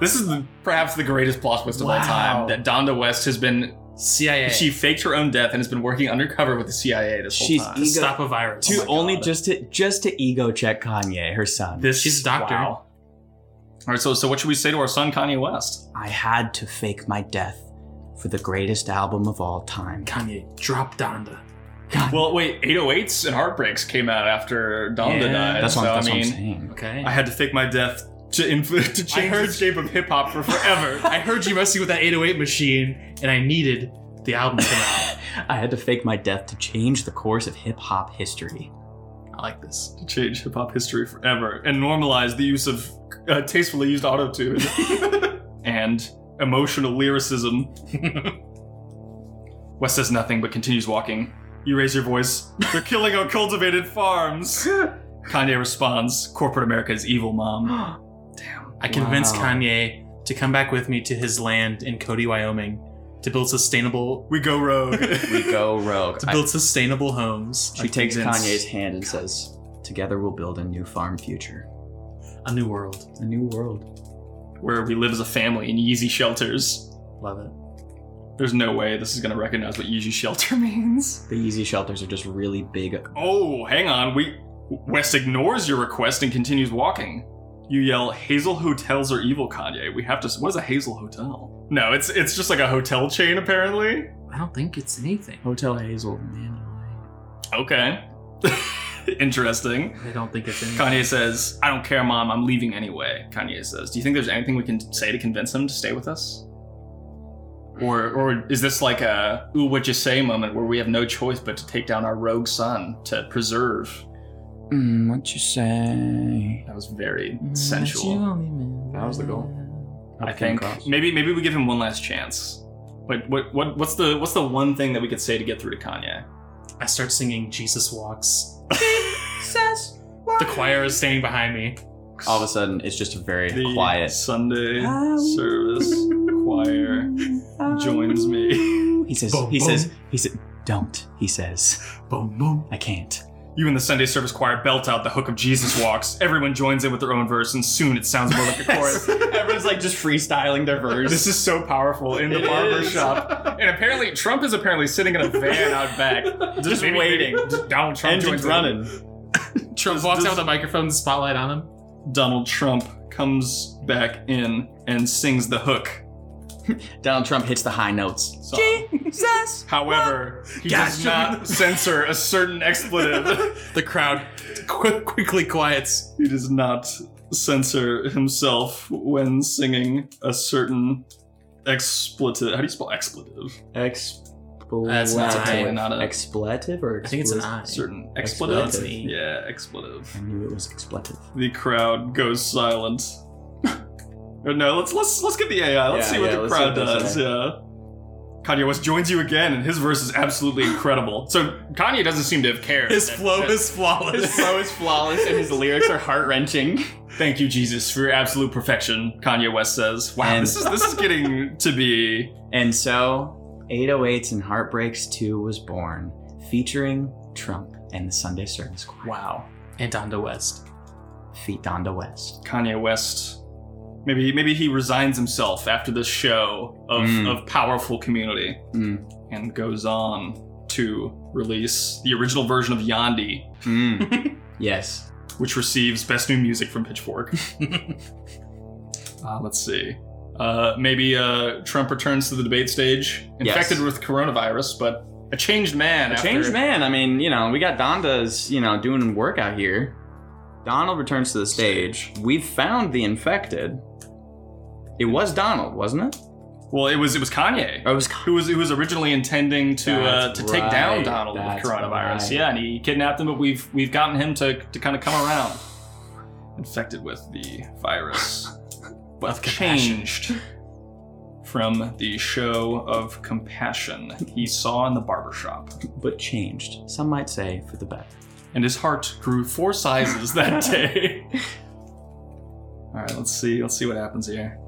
B: This is the, perhaps the greatest plot twist of all time
A: Wow.
B: that Donda West has been.
C: CIA.
B: She faked her own death and has been working undercover with the CIA this whole
A: She's e-
B: time.
C: to stop a virus.
A: To
B: Oh my
A: only
B: God.
A: just to just to ego check Kanye, her son.
C: this, she's a doctor.
B: Wow. All right, so so what should we say to our son Kanye West?
A: I had to fake my death for the greatest album of all time.
C: Kanye, drop Donda.
B: Well, wait, 808s and Heartbreaks came out after Donda
C: Yeah,
B: died.
A: That's,
B: so
A: what, that's
B: I mean,
A: what I'm saying.
C: Okay.
B: I had to fake my death to influ- to change
C: heard-
B: the shape of hip hop for forever.
C: I heard you messing with that 808 machine, and I needed the album to come out.
A: I had to fake my death to change the course of hip hop history.
C: I like this.
B: to change hip hop history forever and normalize the use of uh, tastefully used auto tune and emotional lyricism. Wes says nothing but continues walking. You raise your voice. They're killing our cultivated farms. Kanye responds, "Corporate America is evil, mom."
C: I convinced
A: Wow.
C: Kanye to come back with me to his land in Cody, Wyoming, to build sustainable
B: We go rogue.
A: We go rogue.
C: to
A: I-
C: build sustainable homes.
A: she takes
B: convinced-
A: Kanye's hand and says, Together we'll build a new farm future.
C: A new world.
A: A new world.
B: Where we live as a family in Yeezy shelters.
C: Love it.
B: There's no way this is gonna recognize what Yeezy shelter means.
A: The Yeezy shelters are just really big.
B: Oh, hang on. We West ignores your request and continues walking. You yell, "Hazel hotels are evil, Kanye. We have to." What is a Hazel hotel? No, it's it's just like a hotel chain apparently.
C: I don't think it's anything.
E: Hotel Hazel, man.
B: Okay. Interesting.
C: I don't think it's anything.
B: Kanye says, I don't care, mom. I'm leaving anyway. Kanye says, Do you think there's anything we can say to convince him to stay with us? Or, or is this like a ooh, what you say moment where we have no choice but to take down our rogue son to preserve?
A: Mm, what you say?
B: That was very
A: Mm,
B: sensual.
E: That was the
C: goal.
B: I think maybe maybe we give him one last chance. But what what what's the what's the one thing that we could say to get through to Kanye?
C: I start singing Jesus Walks. The choir is standing behind me.
A: All of a sudden, it's just a very quiet.
B: Sunday service choir joins me.
A: He says.
C: Boom,
A: he
C: boom.
A: says. He said. Don't. He says.
C: Boom, boom.
A: I can't.
B: You and the Sunday service choir belt out the hook of Jesus walks. Everyone joins in with their own verse, and soon it sounds more like a chorus.
A: Everyone's like just freestyling their
B: This is so powerful in the
A: It
B: barber
A: is.
B: shop. And apparently, Trump is apparently sitting in a van out back,
A: Just
B: maybe-
A: waiting.
B: just Donald Trump
A: Engines
B: joins in.
A: running.
C: Trump walks out with a microphone, the spotlight on him.
B: Donald Trump comes back in and sings the hook.
A: Donald Trump hits the high notes.
B: song. However, he does not censor a certain expletive.
C: The crowd qu- quickly quiets.
B: he does not censor himself when singing a certain expletive. How do you spell expletive?
C: That's not
A: Expletive.
B: not a
A: Expletive or
C: I think it's an I.
B: certain
A: Expletive.
B: expletive.
C: Expletive.
B: Yeah, expletive.
A: I knew it was expletive.
B: The crowd goes silent. Or no, let's let's let's get the AI. Let's
A: Yeah,
B: see what
A: yeah,
B: the
A: let's
B: crowd
A: see what they
B: does.
A: say.
B: Yeah. Kanye West joins you again, and his verse is absolutely incredible. So Kanye doesn't seem to have cared.
C: His
B: that-
C: flow
B: that-
C: is flawless.
A: is flawless and his lyrics are heart wrenching.
B: Thank you, Jesus, for your absolute perfection. Kanye West says, "Wow,
A: And-
B: this is this is getting to be
A: And so, 808s and Heartbreaks 2 was born, featuring Trump and the Sunday Service Choir.
C: Wow. And Donda West.
A: Feet Donda West.
B: Kanye West. Maybe maybe he resigns himself after this show of,
A: Mm.
B: of powerful community
A: Mm.
B: and goes on to release the original version of Yandi,
A: Mm. yes.
B: which receives best new music from Pitchfork. uh, let's see. Uh, maybe uh, Trump returns to the debate stage,
A: Yes.
B: infected with coronavirus, but a changed man.
A: A
B: after-
A: changed man. I mean, you know, we got Donda's, you know, doing work out here. Donald returns to the stage. We've found the infected. It was Donald, wasn't it?
B: Well, it was it was Kanye.
A: Or it was
B: who was who was originally intending to uh,
A: That's
B: to take down
A: right,
B: Donald with
A: that's
B: coronavirus.
A: right.
B: Yeah, and he kidnapped him, but we've we've gotten him to to kind of come around, infected with the virus, but changed from the show of compassion he saw in the barbershop,
A: but changed. Some might say for the better.
B: and his heart grew four sizes that day. All right, let's see. Let's see what happens here.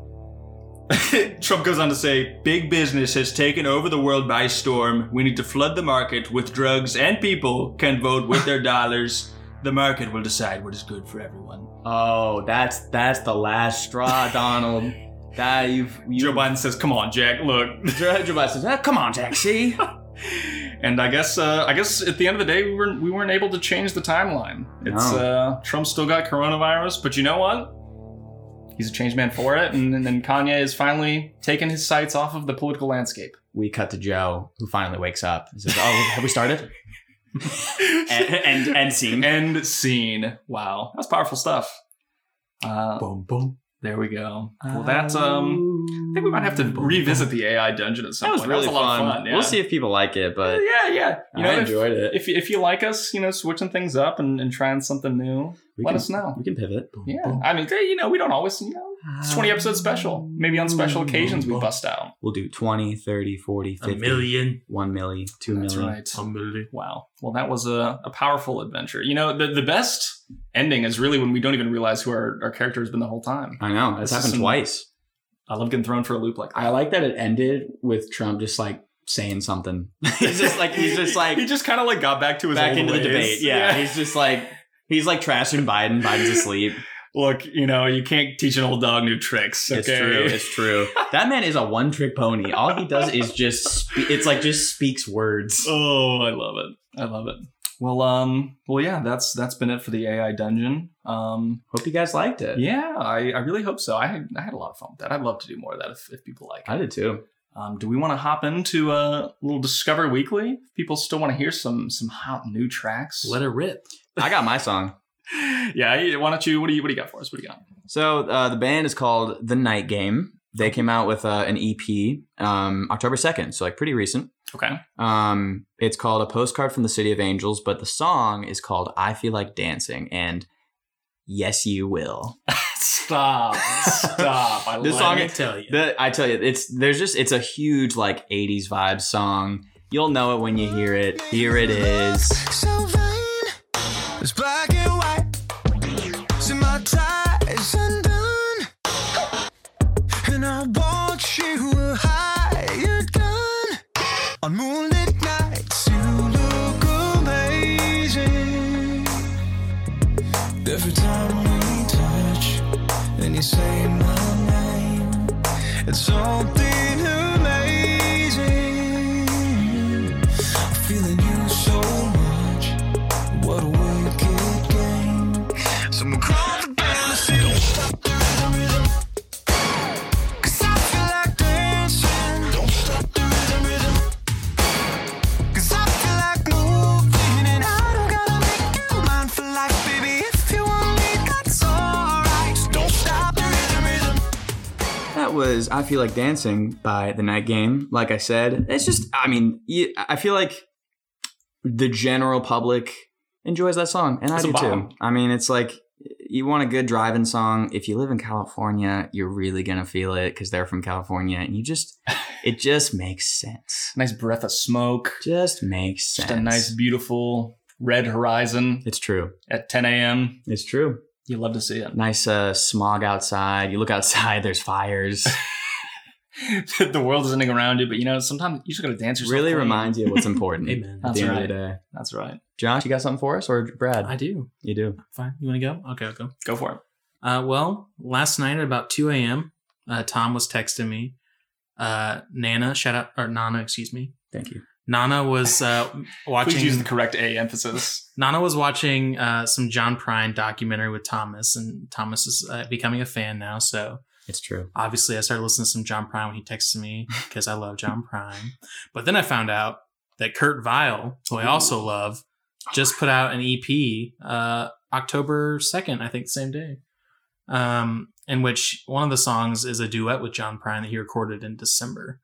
E: Trump goes on to say, "Big business has taken over the world by storm. We need to flood the market with drugs, and people can vote with their dollars. The market will decide what is good for everyone."
A: Oh, that's that's the last straw, Donald. That you've you
B: Joe Biden says, "Come on, Jack. Look,
A: Joe, Joe Biden says, "Ah, "Come on, taxi."
B: And I guess uh, I guess at the end of the day we weren't we weren't able to change the timeline. It's
A: No.
B: uh, Trump still got coronavirus, but you know what? He's a changed man for it, and, and then Kanye is finally taking his sights off of the political landscape.
A: we cut to Joe, who finally wakes up. He says, "Oh, have we started?" and, and and scene.
B: End scene. Wow, that's powerful stuff. Uh,
C: Boom, boom.
B: there we go. Well, that's um. I think we might have to revisit the AI dungeon at some
A: That was
B: point.
A: really
B: that was a lot
A: fun.
B: Of fun. Yeah.
A: We'll see if people like it, but
B: Yeah, yeah. You know,
A: I
B: if,
A: enjoyed it.
B: if you- if you like us, you know, switching things up and, and trying something new,
A: We
B: let
A: can-
B: us know.
A: We can pivot.
B: Yeah, I mean, eh, you know, we don't always, you know, it's 20 episode special. Maybe on special occasions we bust out.
A: We'll do 20, 30, 40,
C: A
A: 50,
C: million.
A: 1 milli, 2
B: That's
A: milli.
B: right.
C: A million.
B: Wow. Well, that was a, a powerful adventure. You know, the, the best ending is really when we don't even realize who our, our character has been the whole time.
A: I know. That's
B: This is
A: happened
B: some-
A: twice.
B: I love getting thrown for a loop like that.
A: I like that it ended with Trump just like saying something. he's just like he's just like
B: he just kind of like got back to his
A: back
B: old
A: into
B: ways.
A: the debate. Yeah, he's just like he's like trashing Biden. Biden's asleep.
B: Look, you know, you can't teach an old dog new tricks. Okay?
A: It's true. It's true. that man is a one trick pony. All he does is just spe- it's like just speaks words.
B: Oh, I love it. I love it. Well, um, well, yeah, that's that's been it for the AI dungeon. Um,
A: Hope you guys liked it.
B: Yeah, I, I really hope so. I had, I had a lot of fun with that. I'd love to do more of that if, if people like it.
A: I did too.
B: Um, do we want to hop into a little Discover Weekly? If people still want to hear some some hot new tracks.
C: Let it rip.
A: I got my song.
B: yeah, why don't you? What do you What do you got for us? What do you got?
A: So uh, the band is called The Night Game. They came out with uh, an EP um, October 2nd, so like pretty recent.
B: Okay.
A: Um, it's called A Postcard from the City of Angels, but the song is called I Feel Like Dancing and Yes You Will.
B: Stop. Stop. I
A: This
B: love
A: song
C: Let
B: it.
C: me tell you.
A: The- I tell you, it's there's just it's a huge like 80s vibe song. You'll know it when you hear it. Here it is.
F: So vain. It's black and white. See my tie is undone. And I want you higher done. On moonlit nights, you look amazing. Every time we touch, and you say my name, it's something amazing feeling you so much. What a wicked game. Someone call the band to see don't stop the rhythm, rhythm. Cause I feel like dancing. Don't stop the rhythm, rhythm. Cause I feel like moving and I don't gotta make you mine for life, baby. If you want me, that's alright. So don't stop the rhythm, rhythm.
A: That was I Feel Like Dancing by The Night Game. Like I said, it's just, I mean, you- I feel like the general public enjoys that song, and I
B: It's a
A: do
B: bop.
A: too. I mean, it's like you want a good driving song. If you live in California, you're really going to feel it because they're from California, and you just, it just makes sense.
B: Nice breath of smoke.
A: Just makes sense.
B: Just a nice, beautiful red horizon
A: It's true.
B: at 10 a.m.
A: It's true.
B: You love to see it.
A: Nice uh, smog outside. You look outside, there's fires.
B: the world is ending around you, but you know, sometimes you just gotta dance yourself.
A: really
B: clean.
A: reminds you of what's important at
C: Amen.
A: the
B: That's
A: end of
B: right.
A: the day.
B: That's right.
A: Josh, you got something for us or Brad?
C: I do.
A: you do.
C: Fine. You want to go? Okay, I'll go.
B: Go for it.
C: Uh, well, last night at about 2 a.m., uh, Tom was texting me. Uh, Nana, shout out, or Nana, excuse me.
A: Thank you.
C: Nana was uh, watching.
B: Please use the correct A emphasis.
C: Nana was watching uh, some John Prine documentary with Thomas, and Thomas is uh, becoming a fan now. So
A: It's true.
C: obviously, I started listening to some John Prine when he texted me because I love John Prine. But then I found out that Kurt Vile, who I also love, just put out an EP uh, October 2nd, I think, the same day, um, in which one of the songs is a duet with John Prine that he recorded in December.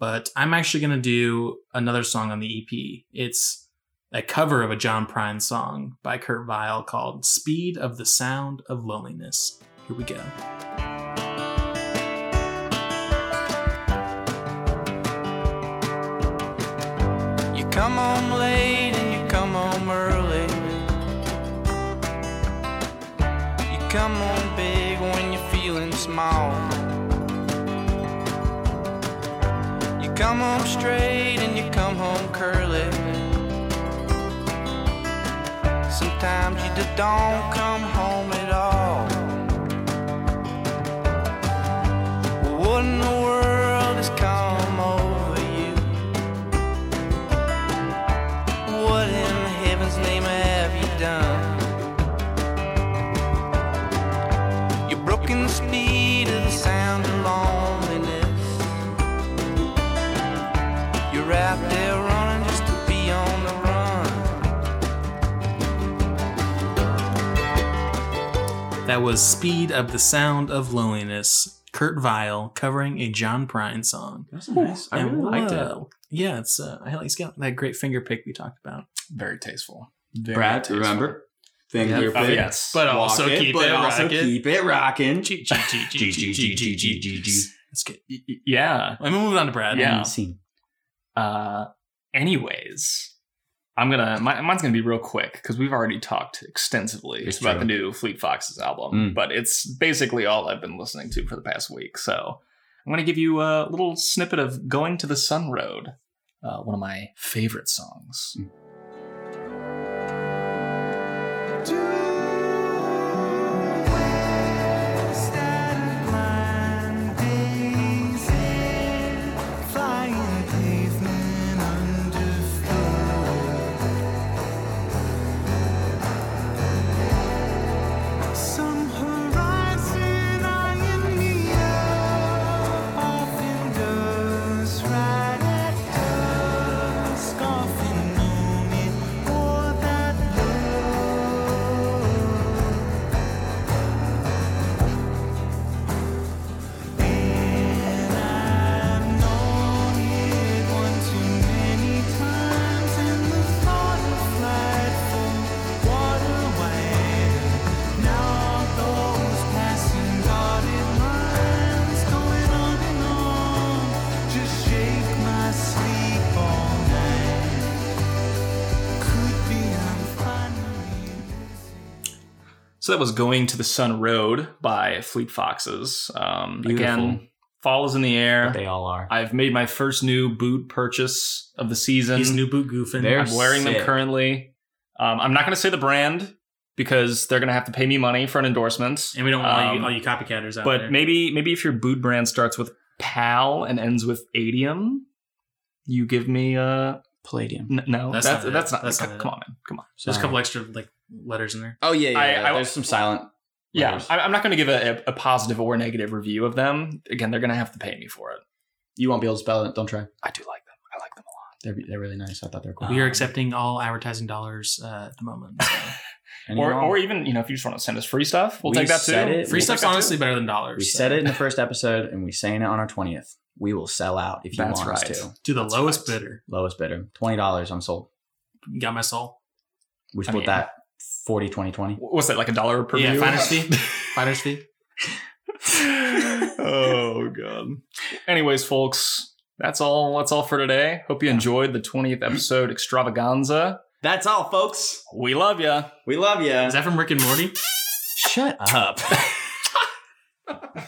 C: But I'm actually going to do another song on the EP. It's a cover of a John Prine song by Kurt Vile called Speed of the Sound of Loneliness. Here we go.
F: You come home late and you come home early. You come home big when you're feeling small. You come home straight and you come home curly. Sometimes you just don't come home at all. What in the world has come over you? What in heaven's name have you done? You've broken the speed of the sound of loneliness. You're out there running just to be on the run.
C: That was Speed of the Sound of Loneliness, Kurt Vile covering a John Prine song.
A: That's nice.
C: And whoa. Yeah, it's uh, I like it's got that great finger pick we talked about.
B: Very tasteful. Very
A: Brad,
B: tasteful.
A: remember? Finger
C: Yeah.
B: Oh,
A: pick.
B: yes.
C: But
A: Walk
C: also
A: it,
C: keep
A: but
C: it
A: also
C: rocking.
A: keep it rocking.
C: G- G- G- G- G- G- G- G- G- G. That's good.
B: Y- y- yeah.
C: Let me move on to Brad.
B: Yeah.
A: Scene.
B: Uh, anyways, I'm gonna my, mine's gonna be real quick because we've already talked extensively
A: It's
B: about
A: true.
B: the new Fleet Foxes album,
A: Mm.
B: but it's basically all I've been listening to for the past week. So I'm gonna give you a little snippet of "Going to the Sun Road," uh, one of my favorite songs.
F: Flying pavement underfoot. Some horizon I in the air, off in
B: So that was Going to the Sun Road by Fleet Foxes. Um, again,
A: Beautiful.
B: fall is in the air.
A: They all are.
B: I've made my first new boot purchase of the season.
C: He's new boot goofing.
A: They're
B: I'm wearing them
A: sick.
B: currently. Um, I'm not going to say the brand because they're going to have to pay me money for an endorsement.
C: and we don't want all, you,
B: Um,
C: all you copycatters out
B: But
C: there.
B: maybe maybe if your boot brand starts with PAL and ends with Adium, you give me a
A: Palladium.
B: n- no.
C: That's
B: That's that's
C: not it.
B: not,
C: That's
B: come,
C: not it.
B: come on, man, come on.
C: there's a couple
A: Uh,
C: extra like letters in there.
A: Oh yeah, yeah.
B: I-
A: yeah.
B: I-
A: There's some silent.
B: Yeah,
A: letters.
B: I, I'm not going to give a, a, a positive or negative review of them. Again, they're going to have to pay me for it.
A: you won't be able to spell it. Don't try.
B: I do like them. I like them a lot.
A: They're they're really nice. I thought they were cool.
C: we are accepting all advertising dollars uh, at the moment.
A: Any
B: Or,
A: wrong?
B: or even you know if you just want to send us free stuff, we'll
A: We
B: take that too.
A: said it.
C: Free
A: We'll
C: stuff's
B: take that
C: honestly
B: too.
C: better than dollars.
A: we
C: so.
A: said it in the first episode, and we saying it on our twentieth. We will sell out if you
B: That's
A: want
B: right.
A: us to.
C: to the
B: That's
C: lowest
B: right.
C: bidder.
A: Lowest bidder, twenty dollars. I'm sold.
C: Got my soul.
A: Which
B: I
A: put
B: mean-
A: that 40 20 20.
B: What's that like a dollar per
C: yeah,
B: view?
C: finder's fee. Finder's fee.
B: oh god. Anyways, folks, that's all. That's all for today. Hope you enjoyed the 20th episode extravaganza.
A: That's all, folks.
B: We love ya.
A: We love you.
C: Is that from Rick and Morty?
A: Shut up.